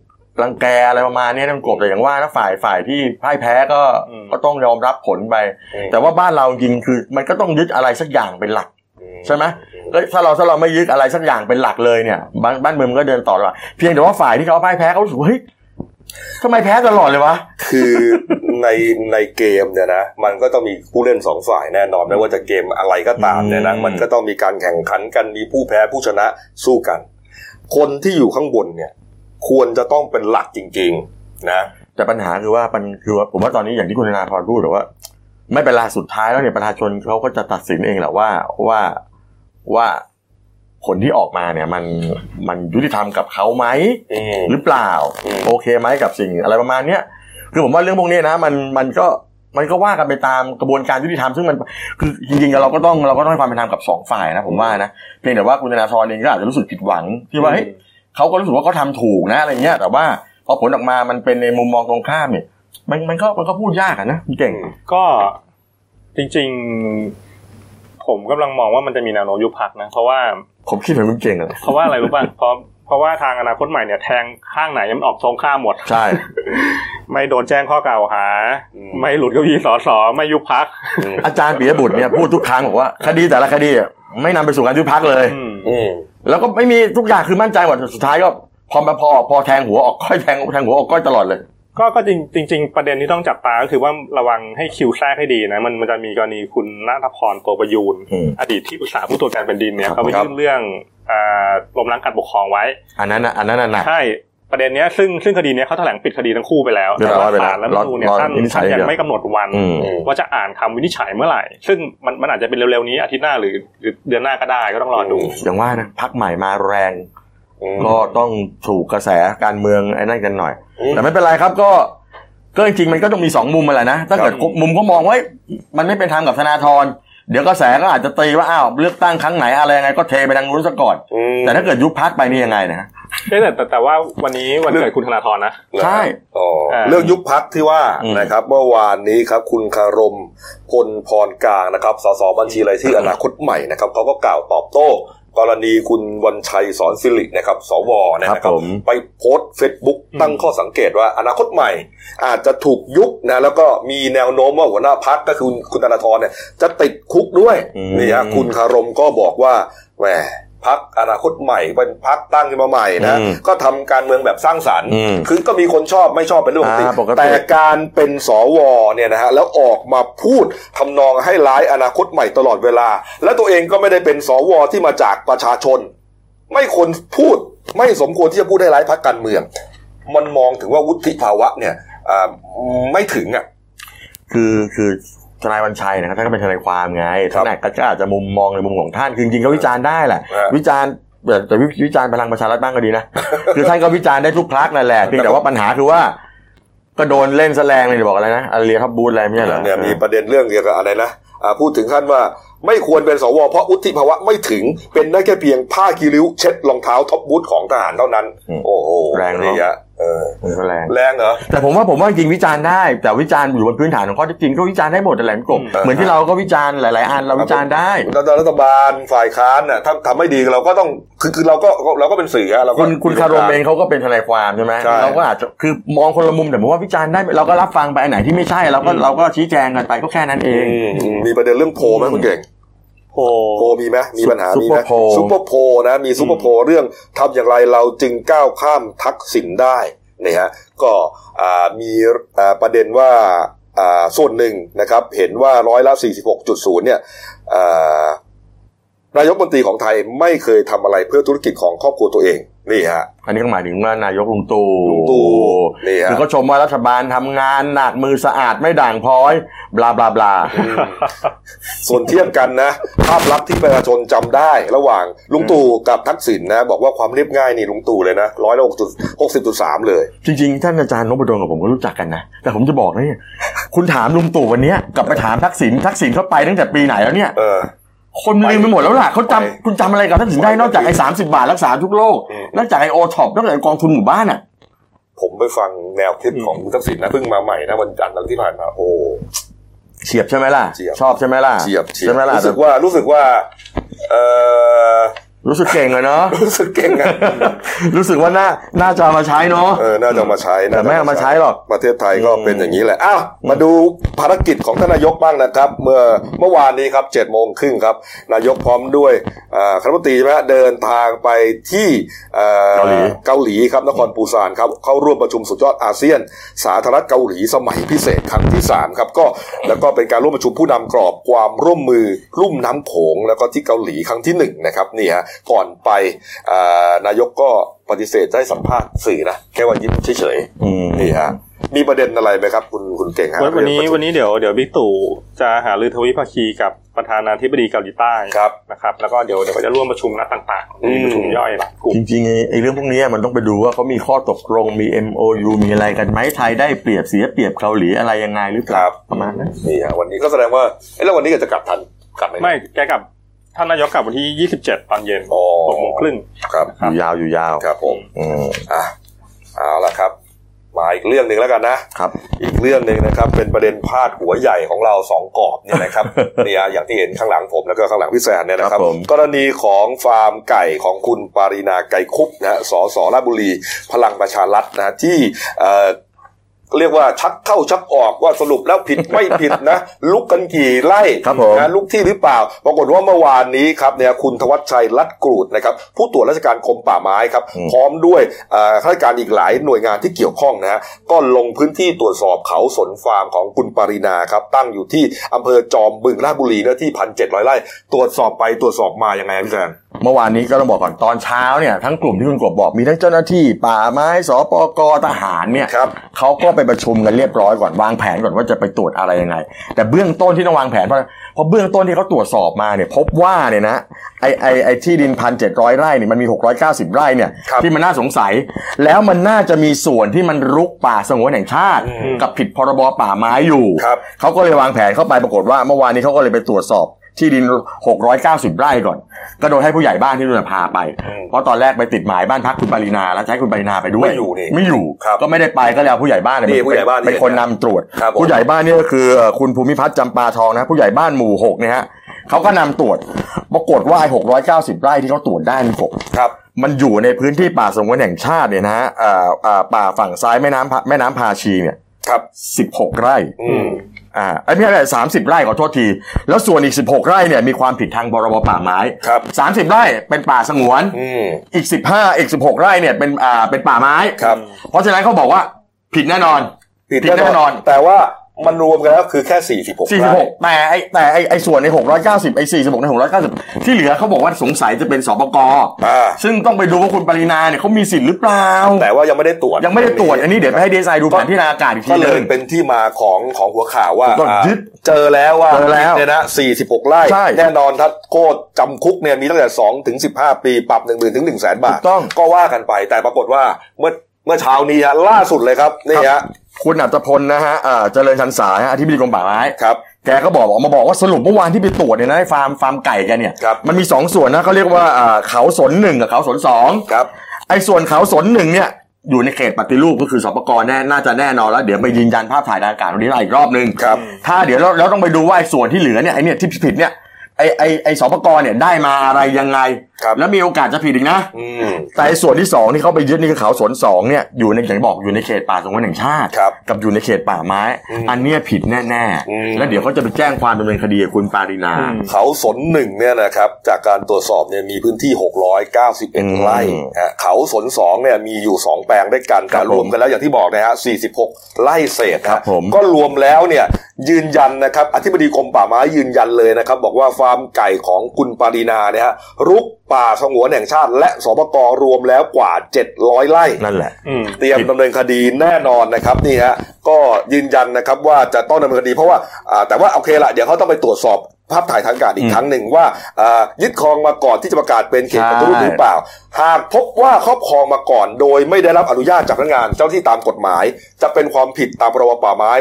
B: รังแกอะไรประมาณเนี้ยทั้งกบแต่อย่างว่าถ้าฝ่ายฝ่ายที่พ่ายแพ้ก็
C: อืม
B: ก็ต้องยอมรับผลไป
A: อืม
B: แต่ว่าบ้านเราจริงๆคือ มันก็ต้องยึดอะไรสักอย่างเป็นหลัก ใช่ไหม
A: อืม
B: แล้วถ้าเราถ้าเราไม่ยึดอะไรสักอย่างเป็นหลักเลยเนี่ยบ้านบ้านเมืองมันก็เดินต่อหรอกเพียงแต่ว่าฝ่ายที่เขาพ่ายแพ้เขารู้สึกว่าเฮ้ยทำไมแพ้ตลอดเลยวะ
A: คือ ในในเกมเนี่ยนะมันก็ต้องมีผู้เล่นสองฝ่ายแน่นอนไม่ว่าจะเกมอะไรก็ตามเนี่ยนะ
B: อืม
A: มันก็ต้องมีการแข่งขันกันมีผู้แพ้ผู้ชนะสู้กัน คนที่อยู่ข้างบนเนี่ย ควรจะต้องเป็นหลักจริง ๆ นะ
B: แต่ปัญหาคือว่ามันคือว่าผมว่าตอนนี้อย่างที่คุณธนาพรพูดแต่ว่า ไม่เป็นไรสุดท้ายแล้วเนี่ยประชาชนเขาก็จะตัดสินเองแหละว่าว่าว่าผลที่ออกมาเนี่ย มันมันยุติธรรมกับเขาไหม
A: อืม
B: หรือเปล่า
A: อืม
B: โอเคไหมกับสิ่งอะไรประมาณเนี้ยคือผมว่าเรื่องพวกเนี้ยนะ มันมันก็มันก็ว่ากันไปตามกระบวนการยุติธรรมซึ่งมันคือจริงๆเราก็ต้องเราก็ต้องให้ความเป็นธรรมกับสองฝ่ายนะผมว่านะเพียงแต่ว่าคุณธนาธรเองก็อาจจะรู้สึกผิดหวังที่ว่าเฮ้ย เขาก็รู้สึกว่าเขาทำถูกนะอะไรเงี้ยแต่ว่าพอผลออกมามันเป็นในมุมมองตรงข้ามเนี่ยมันมันก็มันก็พูดยากอะนะคุณเก่ง
C: ก็จริง ๆ ผมกำลังมองว่ามันจะมีแนวโน้มยุบพักนะ เพราะว่า
B: ผมคิดเหมือนคุณเก่งเลย
C: เพราะว่าอะไรรู้ป่ะเพราะเพราะว่าทางอนาคตใหม่เนี่ยแทงข้างไหนมันออกตรงข้ามหมด
B: ใช่
C: ไม่โดนแจ้งข้อกล่าวหา
A: อืม
C: ไม่หลุดเก้าอี้สอสอไม่ยุบพัก
B: อาจารย์ปิยบุตรเนี่ยพูดทุกครั้งบอกว่าคดีแต่ละคดีอะไม่นำไปสู่การยุบพักเลย
C: อืม
A: อืม
B: แล้วก็ ไม่มีทุกอย่างคือมั่นใจหมดสุดท้ายก็พอมาพอพอแทงหัวออกก้อยแทงแทงหัวออกก้อยตลอดเลย
C: ก็ก็จริงจริง ๆ ประเด็นที่ต้องจับตาก็คือว่าระวังให้คิวแทรกให้ดีนะมันมันจะมีกรณีคุณนาทพรโตประยูน
B: อืม
C: อดีตที่ปรึกษาผู้ตรวจการแผ่นดินเนี่
B: ค
C: ย
B: รับ
C: เขาไปยื่นเรื่องอ่าล้มล้างการปกครองไว้
B: อันนั้นน่ะอันนั้นน่ะหนัก
C: ใช่ประเด็นเนี้ยซึ่งซึ่งคดีเนี้ยเขาแถลงปิดคดีทั้งคู่ไปแล้ว
B: เรียบร้อยไปแล้ว
C: ศาลแล้วมนูญเนี่ย
B: รอรอ
C: ท่าน
B: วินิจฉั
C: ท่ายนยั
B: เดี๋
C: ง
B: ยว
C: ไม่กำหนดวัน
B: อืม
A: อืม
C: ว่าจะอ่านคำวินิจฉัยเมื่อไหร่ ซึ่งมันมันอาจจะเป็นเร็วๆนี้อาทิตย์หน้าหรือหรือเดือนหน้าก็ได้ก็ต้องรอดู
A: อืม
B: อย่างว่านะพักใหม่มาแรง
A: อืม
B: ก็ต้องถูกกระแสการเมืองไอ้นั่นกันหน่อย
A: อืม
B: แต่ไม่เป็นไรครับก็ก็จริงๆมันก็ต้องมีสองมุมมาแหละนะถ้าเกิด
A: ครับ
B: มุมก็มองว่าเอ้ยมันไม่เป็นธรรมกับธนาธรเดี๋ยวกระแสก็อาจจะตีว่าอ้าวเลือกตั้งครั้งไหนอะไรยังไงก็เทไปทางนู้นซะก่อน
A: อืม
B: แต่ถ้าเกิดยุบพักไปนี่ยังไงนะฮะ
C: เอ๊ะแต่แต่แต่ว่าวันนี้วันเกิดคุณธนาธรนะ
B: ใช่
A: อ๋อ
C: เอ่อ
A: เรื่องยุบพักที่ว่า
B: อืม
A: นะครับเมื่อวานนี้ครับคุณคารมพลพรกลางนะครับสสบัญชีรายชื่ออนาคตใหม่นะครับเขาก็กล่าวตอบโต้ กรณีคุณวันชัยสอนสิรินะครับสวเนี่ย
B: ครับ
A: นะครับ
B: ผม
A: ไปโพสต์เฟซบุ๊ก
C: อืม
A: ตั้งข้อสังเกตว่าอนาคตใหม่ อาจจะถูกยุบนะแล้วก็มีแนวโน้มว่าหัวหน้าพักก็คือคุณธนาธรเนี่ยจะติดคุกด้วย
B: อืม
A: นี่ฮะคุณคารมก็บอกว่าแหมพักอนาคตใหม่เป็นพักตั้งขึ้นมาใหม่นะก็ทำการเมืองแบบสร้างสรรค์
B: อืม
A: คือก็มีคนชอบไม่ชอบเป็นเรื่องปกติ
B: อ่าปกติ
A: แต่การเป็นสวเนี่ยนะฮะแล้วออกมาพูดทำนองให้ร้ายอนาคตใหม่ตลอดเวลา และตัวเองก็ไม่ได้เป็นสวที่มาจากประชาชน ไม่ควรพูดไม่สมควรที่จะพูดให้ร้ายพรรคการเมือง มันมองถึงว่าวุฒิภาวะเนี่ยอ่าไม่ถึงอ่ะ
B: คือคือทนายวันชัยนะครับท่านก็เป็นทนายความไง
A: ครั
B: ท่า
A: บ
B: นก็อาจจะมุมมองในมุมของท่านคือจริงๆก็วิจารณ์ได้แหละ
A: ฮะ
B: วิจารณ์แต่แต่วิวิจารณ์พลังประชารัฐบ้างก็ดีนะ คือท่านก็วิจารณ์ได้ทุกพรรคนั่นแหละเพียงแต่ว่าปัญหาคือว่า ก็โดนเล่นแสลงเลยบอกอะไรนะอาเรียทับบูธอะไรไม่ใช่เหรอ
A: เนี่ยมีประเด็นเรื่องเกี่ยวกับอะไรนะอ่าพูดถึงขั้นว่าไม่ควรเป็นสวเพราะวุฒิภาวะไม่ถึงเป็นได้แค่เพียงผ้ากีริ้วเช็ดรองเท้าท็อปบูทของทหารเท่านั้น โอ้โหนี่ฮะเออ
B: มันแสลง
A: แรงเหรอ
B: แต่ผมว่าผมว่าจริงวิจารณ์ได้ แต่วิจารณ์อยู่บนพื้นฐานของข้อเท็จจริงก็วิจารณ์ได้หมดแต่แหลมกบ
C: อืม
B: เหมือนที่เราก็วิจารณ์หลาย ๆ อันเราวิจารณ์ได้
A: รัฐรัฐบาลฝ่ายค้านน่ะถ้าทำไม่ดีเราก็ต้องคือคือเราก็เราก็เป็นสื่ออะเราก็
B: คุณคุณคารมเองเขาก็เป็นทนายความใช่ไหม
A: ใช่
B: เราก็อาจจะคือมองคนละมุมแต่ผมว่าวิจารณ์ได้เราก็รับฟังไปอันไหนที่ไม่ใช่เราก็เราก็ชี้แจงกันไปก็แค่นั้นเอ
A: อื
B: ง
A: มอืมมีประเด็นเรื่องโพลไหม
B: อืม
A: คุณเก่ง
C: โอ้
A: โพลมีไหมมีปัญหา
B: ซุป
A: มี
B: เป
A: ไหม
B: อร์โพล
A: ซุปเปอร์โพลนะมีซุปเปอร์โพลเรื่องทำอย่างไรเราจึงก้าวข้ามทักษิณได้นี่ฮะก็อ่ามีอ่าประเด็นว่าอ่าส่วนหนึ่งนะครับ เห็นว่าร้อยละ 46.0 เนี่ยอ่านายกมนตรีของไทยไม่เคยทำอะไรเพื่อธุรกิจของครอบครัวตัวเองนี่ฮะ
B: อันนี้ก็หมายถึงว่านายกลุงตู่
A: ลุงตู่นี่ฮะ
B: คือก็ชมว่ารัฐบาลทำงานหนักมือสะอาดไม่ด่างพร้อย บลาบลาบลา
A: ส่วนเทียบกันนะภาพลักษณ์ที่ประชาชนจำได้ ระหว่างลุงตู่กับทักษิณนะ บอกว่าความเรียบง่ายนี่ลุงตู่เลยนะร้อยละหกจุดหกสิบจุดสามเลย
B: จริง ๆ ท่านอาจารย์นพดลกับผมก็รู้จักกันนะ แต่ผมจะบอกนะเนี่ยคุณถามลุงตู่วันเนี้ยกลับไปถามทักษิณทักษิณเขาไปตั้งแต่ปีไหนแล้วเนี่ย
A: เออ
B: คนลืมไปหมดแล้วล่ะเขา
A: ไป
B: จำคุณจำอะไรกับทักษิณได้นอกจากไอ้สาสิบาทรักษาทุกโรค
A: อืม
B: นอกจากไอโอท็อปนอกจากไอ้กองทุนหมู่บ้านอ่ะ
A: ผมไปฟังแนวคิดของคุณทักษิณนะเพิ่งมาใหม่นะวันจันทร์ที่ผ่านมาโอ้
B: เฉียบใช่ไหมล่ะ
A: เฉียบ
B: ชอบใช่ไหมล่ะ
A: เฉียบเฉียบ
B: ใช่ไหมล่ะ
A: รู้สึกว่ารู้สึกว่าเออ
B: รู้สึกเก่งเล ยเนาะ
A: รู้สึกเก่ง อะ
B: รู้สึกว่าน่าน่าจะเอามาใช้เนาะ
A: เออน่าจะเอามาใช้นะ
B: แต่ไม่เอามาใช้หรอก
A: ประเทศไทยก็
B: อืม
A: เป็นอย่างนี้แหละอ้าวมาดูภารกิจของท่านนายกบ้างนะครับ เมื่อเมื่อวานนี้ครับเจ็ดโมงครึ่งครับ นายกพร้อมด้วยอ่าคณะรัฐมนตรีใช่ไหมฮะเดินทางไปที่อ่อ
B: เกาหลี
A: เกาหลีครับนครปูซานครับเข้าร่วมประชุมสุดยอดอาเซียน สาธารณรัฐเกาหลีสมัยพิเศษครั้งที่สามครับก็แล้วก็เป็นการร่วมประชุมผู้นำกรอบความร่วมมือรุ่มน้ำโขงแล้วก็ที่เกาหลีครั้งที่หนึ่งนะครับนี่ฮะก่อนไปอ่านายกก็ปฏิเสธได้สัมภาษณ์สื่อนะแค่ว่ายิ้มเฉยๆ
B: อืม
A: นี่ฮะมีประเด็นอะไรไหมครับ คุณคุณเก่งฮะ
C: วันวันนี้
A: เรื่อง
C: วันนี้เดี๋ยวเดี๋ยวบิ๊กตู่จะหารือทวิภาคีกับประธานาธิบดีเกาหลีใต้
A: ครับ
C: นะครับแล้วก็เดี๋ยวเดี๋ยวจะร่วมประชุมนัดต่างๆมีประชุมย่อยหลายกลุ่ม
B: จริงๆไอ้ไอ้เรื่องพวกเนี้ยมันต้องไปดูว่าเขามีข้อตกลงมี MOU มีอะไรกันไหมไทยได้เปรียบเสียเปรียบเกาหลีอะไรยังไงหรือเปล่า
A: ครับ
B: ประมาณนั้น
A: นี่ฮะวันนี้ก็แสดงว่าเอ้แล้ววันนี้ก็จะกลับทันกลับห
C: ไม่แกกลับท่านนายกกลับวันที่ 27 ตอนเย็น
A: อ๋อ
C: หกโมงครึ่ง
A: ครับ
B: อยู่ยาวอยู่ยาว
A: ครับผม
B: อืม
A: อ่ะเอาละครับ มาอีกเรื่องหนึ่งแล้วกันนะ
B: ครับ
A: อีกเรื่องหนึ่งนะครับ เป็นประเด็นพาดหัวใหญ่ของเราสองกรอบเนี่ย นะครับ เนี่ยอย่างที่เห็นข้างหลังผมแล้วก็ข้างหลังพี่แซนเนี่ยนะครั
B: ครับ บผม
A: กรณีของฟาร์มไก่ของคุณปารีนาไก่คุบนะฮะสสราชบุรี พลังประชารัฐนะฮะที่เอ่อ เรียกว่าชักเข้าชักออกว่าสรุปแล้วผิดไม่ผิดนะ ลุกกันกี่ไล่
B: ครับผม
A: นะลุกที่หรือเปล่า ปรากฏว่าเมื่อวานนี้ครับเนี่ยคุณธวัชชัยรัตน์กรูดนะครับผู้ตรวจราชการกรมป่าไม้ครับ
B: อืม
A: พร้อมด้วยเอ่อข้าราชการอีกหลายหน่วยงานที่เกี่ยวข้องนะฮะก็ลงพื้นที่ตรวจสอบเขาสนฟาร์มของคุณปรินาครับตั้งอยู่ที่อำเภอจอมบึงราชบุรีเนื้อที่พันเจ็ดร้อยไร่ตรวจสอบไปตรวจสอบมายังไงครับพี่แซน
B: เมื่อวานนี้ก็ต้องบอกก่อนตอนเช้าเนี่ยทั้งกลุ่มที่คุณกบบอกมีทั้งเจ้าหน้าที่ ป่าไม้สปกทหารเนี่ย
A: ครับ
B: เขาก็ไปประชุมกันเรียบร้อยก่อนวางแผนก่อนว่าจะไปตรวจอะไรยังไง แต่เบื้องต้นที่ต้องวางแผนเพราะเพราะเบื้องต้นที่เขาตรวจสอบมาเนี่ยพบว่าเนี่ยนะไอไอไอที่ดินพันเจ็ดร้อยไร่เนี่ยมันมีหกร้อยเก้าสิบไร่เนี่ย
A: ครับ
B: ที่มันน่าสงสัย แล้วมันน่าจะมีส่วนที่มันรุกป่าสงวนแห่งชาติ
A: อืม
B: กับผิดพรบป่าไม้อยู่
A: ครับ
B: เขาก็เลยวางแผนเข้าไปปรากฏว่าเมื่อวานนี้เขาก็เลยไปตรวจสอบที่ดิน 690 ไร่ก่อน ก็โดยให้ผู้ใหญ่บ้านที่นู่นนะพาไป
A: อืม
B: เพราะตอนแรกไปติดหมายบ้านพักคุณปรินาแล้วจะให้คุณปรินาไปด้วย
A: ไม่อยู่นี่
B: ไม่อยู่
A: ครับ
B: ก็ไม่ได้ไปก็เลยเอาผู้ใหญ่บ้านเนย
A: นี่ผู้ใหญ่บ้านนี่
B: เป็นคนนำตรวจ
A: ครับผม
B: ผู้ใหญ่บ้านเนี่ยก็คือเอ่อคุณภูมิพัฒน์จำปาทองนะ ผู้ใหญ่บ้านหมู่หกเนี่ยฮะเขาก็นำตรวจปรากฏว่าไอ้690 ไร่ที่เขาตรวจได้มีหก
A: ครับ
B: มันอยู่ในพื้นที่ป่าสงวนแห่งชาติเนี่ยนะฮะเอ่อเอ่อป่าฝั่งซ้ายแม่น้ำพะแม่น้ำพาชีเนี่ย
A: ครับ
B: สิบหกไร่
A: อืม
B: อ่าไอ้พี่ไร่สามสิบไร่ขอโทษที แล้วส่วนอีกสิบหกไร่เนี่ยมีความผิดทางบรบป่าไม้
A: ครับ
B: สามสิบไร่เป็นป่าสงวน
A: อืม
B: อีกสิบห้าอีกสิบหกไร่เนี่ยเป็นอ่าเป็นป่าไม้
A: ครับ
B: เพราะฉะนั้นเขาบอกว่าผิดแน่นอน
A: ผิด
B: ผิดแน่นอน
A: แต่ว่ามันรวมกันแล้วคือแค่สี่สิบหก
B: สี่สิบหกแต่ไอแต่ไอไอส่วนในหกร้อยเก้าสิบไอสี่สิบหกในหกร้อยเก้าสิบที่เหลือเขาบอกว่าสงสัยจะเป็นสปก
A: อ่า
B: ซึ่งต้องไปดูว่าคุณปรินาเนี่ยเขามีสิทธิ์หรือเปล่า
A: แต่ว่ายังไม่ได้ตรวจ
B: ยังไม่ได้ตรวจอันนี้เดี๋ยวไปให้ดีไซน์ดูแผนที่ทางอากาศอีกที
A: ก็เล
B: นึ
A: ย
B: ง
A: เป็นที่มาของของหัวข่าวว่า
B: ถูกต้อง
A: อ่า
B: ยึด
A: เจอแล้วว่า
B: เจอแล้ว
A: เนี่ยนะ46 ไร่
B: ใช่
A: แน่นอนถ้าโทษจำคุกเนี่ยมีตั้งแต่2ถึง15 ปี ปรับ 1 0 0 0 0ถึง1 0 0 0 0 0 บาท
B: ถูกต้อง
A: ก็ว่ากันไป แต่ปรากฏว่าเมื่อเมื่อเช้านี้ฮะล่าสุดเลยครับ นี่ฮะ
B: คุณอัตพลนะฮะเอ่อเจริญชันสาฮะอธิบดีกรมป่าไม้
A: ครับ
B: แกก็บอกออกมาบอกว่าสรุปเมื่อวานที่ไปตรวจเนี่ยนะไอ้ฟาร์มฟาร์มไก่แกเนี่ย
A: ครับ
B: มันมีสองส่วนนะเขาเรียกว่าอ่าเขาสนหนึ่งกับเขาสนสอง
A: ครับ
B: ไอ้ส่วนเขาสนหนึ่งเนี่ยอยู่ในเขตปฏิรูปก็คือสปกรแน่น่าจะแน่นอนแล้วเดี๋ยวไปยืนยันภาพถ่ายทางอากาศวันนี้ได้อีกรอบหนึ่ง
A: ครับ
B: ถ้าเดี๋ยวเราเราต้องไปดูว่าไอ้ส่วนที่เหลือเนี่ยไอ้เนี่ยที่ผิดเนี่ยไอ้ไอ้ไอ้สปกรเนี่ยได้มาอะไรยังไง
A: ครับ
B: แล้วมีโอกาสจะผิดอีกนะ
A: อืม
B: แต่ไอ้ส่วนที่สองที่เขาไปยึดนี่คือเขาสวนสองเนี่ยอยู่ในอย่างที่บอกอยู่ในเขตป่าสงวนแห่งชาติ
A: ครับ
B: กับอยู่ในเขตป่าไม้
A: อืม
B: อันเนี้ยผิดแน่
A: อืม
B: ๆ แล้วเดี๋ยวเขาจะไปแจ้งความดำเนินคดีกับคุณปารีนา
C: อืม
A: เขาสนหนึ่งเนี่ยนะครับจากการตรวจสอบเนี่ยมีพื้นที่
B: อืม
A: 691 ไร่ฮะเขาสนสองเนี่ยมีอยู่ 2 แปลงด้วยกัน
B: ครั
A: แต่
B: บผม
A: รวมกันแล้วอย่างที่บอกนะฮะ46 ไร่เศษนะครับ
B: ผม
A: ก็รวมแล้วเนี่ยยืนยันนะครับอธิบดีกรมป่าไม้ยืนยันเลยนะครับ บอกว่าฟาร์มไก่ของคุณปารีนาเนี่ยฮะรุกป่าสงวนแห่งชาติ และสปกรวมแล้วกว่า 700 ไร่
B: นั่นแหละ
C: อืม
A: เตรียมดำเนินคดีแน่นอนนะครับนี่ฮะก็ยืนยันนะครับว่าจะต้องดำเนินคดีเพราะว่าอ่าแต่ว่าโอเคละเดี๋ยวเขาต้องไปตรวจสอบภาพถ่ายทางการอีกครั้งหนึ่งว่าอ่ายึดครองมาก่อนที่จะประกาศเป็นเขตปฏิรูป
B: ใช่
A: หรือเปล่า หากพบว่าครอบครองมาก่อน โดยไม่ได้รับอนุญาตจากพนักงานเจ้าที่ตามกฎหมาย จะเป็นความผิดตามพรบป่าไม้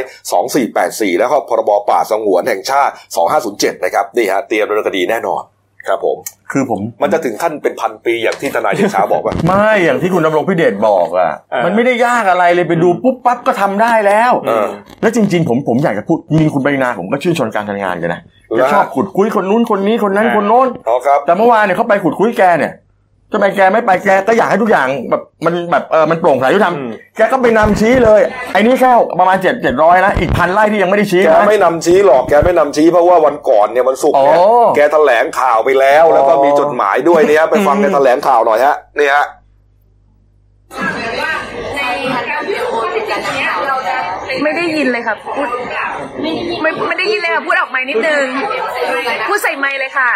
A: 2484 แล้วก็พรบป่าสงวนแห่งชาติ 2507 นะครับนี่ฮะเตรียมดำเนินคดีแน่นอนครับผม
B: คือผม
A: มันจะถึงขั้นเป็นพันปีอย่างที่ทนายเดชาบอก ว่า
B: ไม่อย่างที่คุณดำรงพิเดชบอกอะ่ะ
C: อ่ามั
B: มันไม่ได้ยากอะไรเลยไปดูปุ๊บปั๊บก็ทำได้แล้ว
A: เออ
B: แล้วจริง ๆ ผมผมอยากจะพูดจริงๆคุณปรินาผมก็ชื่นชมการทำงานกันนะ
A: แล้ว
B: ชอบขุดคุยคนนู้นคนนี้คนนั้นคนโน้น
A: อ๋อครับ
B: แต่เมื่อวานเนี่ยเขาไปขุดคุยแกเนี่ยทำไมแกไม่ไปแกก็อยากให้ทุกอย่างแบบมันแบบเออมันโปร่งใสยุติธรรม
C: อืม
B: แกก็ไปนำชี้เลยไอ้นี่แค่ประมาณเจ็ดเจ็ดร้อยนะอีกพันไร่ที่ยังไม่ได้ชี้
A: แก
B: นะ
A: ไม่นำชี้หรอกแกไม่นำชี้เพราะว่าวันก่อนเนี่ยวันศุกร์เนี่ย
B: อ๋อ
A: แกแถลงข่าวไปแล้ว แล้วก็
B: อ๋อ
A: มีจดหมายด้วยเนี่ย ไปฟังแกแถลงข่าวหน่อยฮะนี่ฮะ
E: ไม่ได้ยินเลยค่ะพูดไม่ไม่ได้ยินเลยค่ะพูดออกไมค์นิดนึงพูดใส่ไมค์เลยค่ะ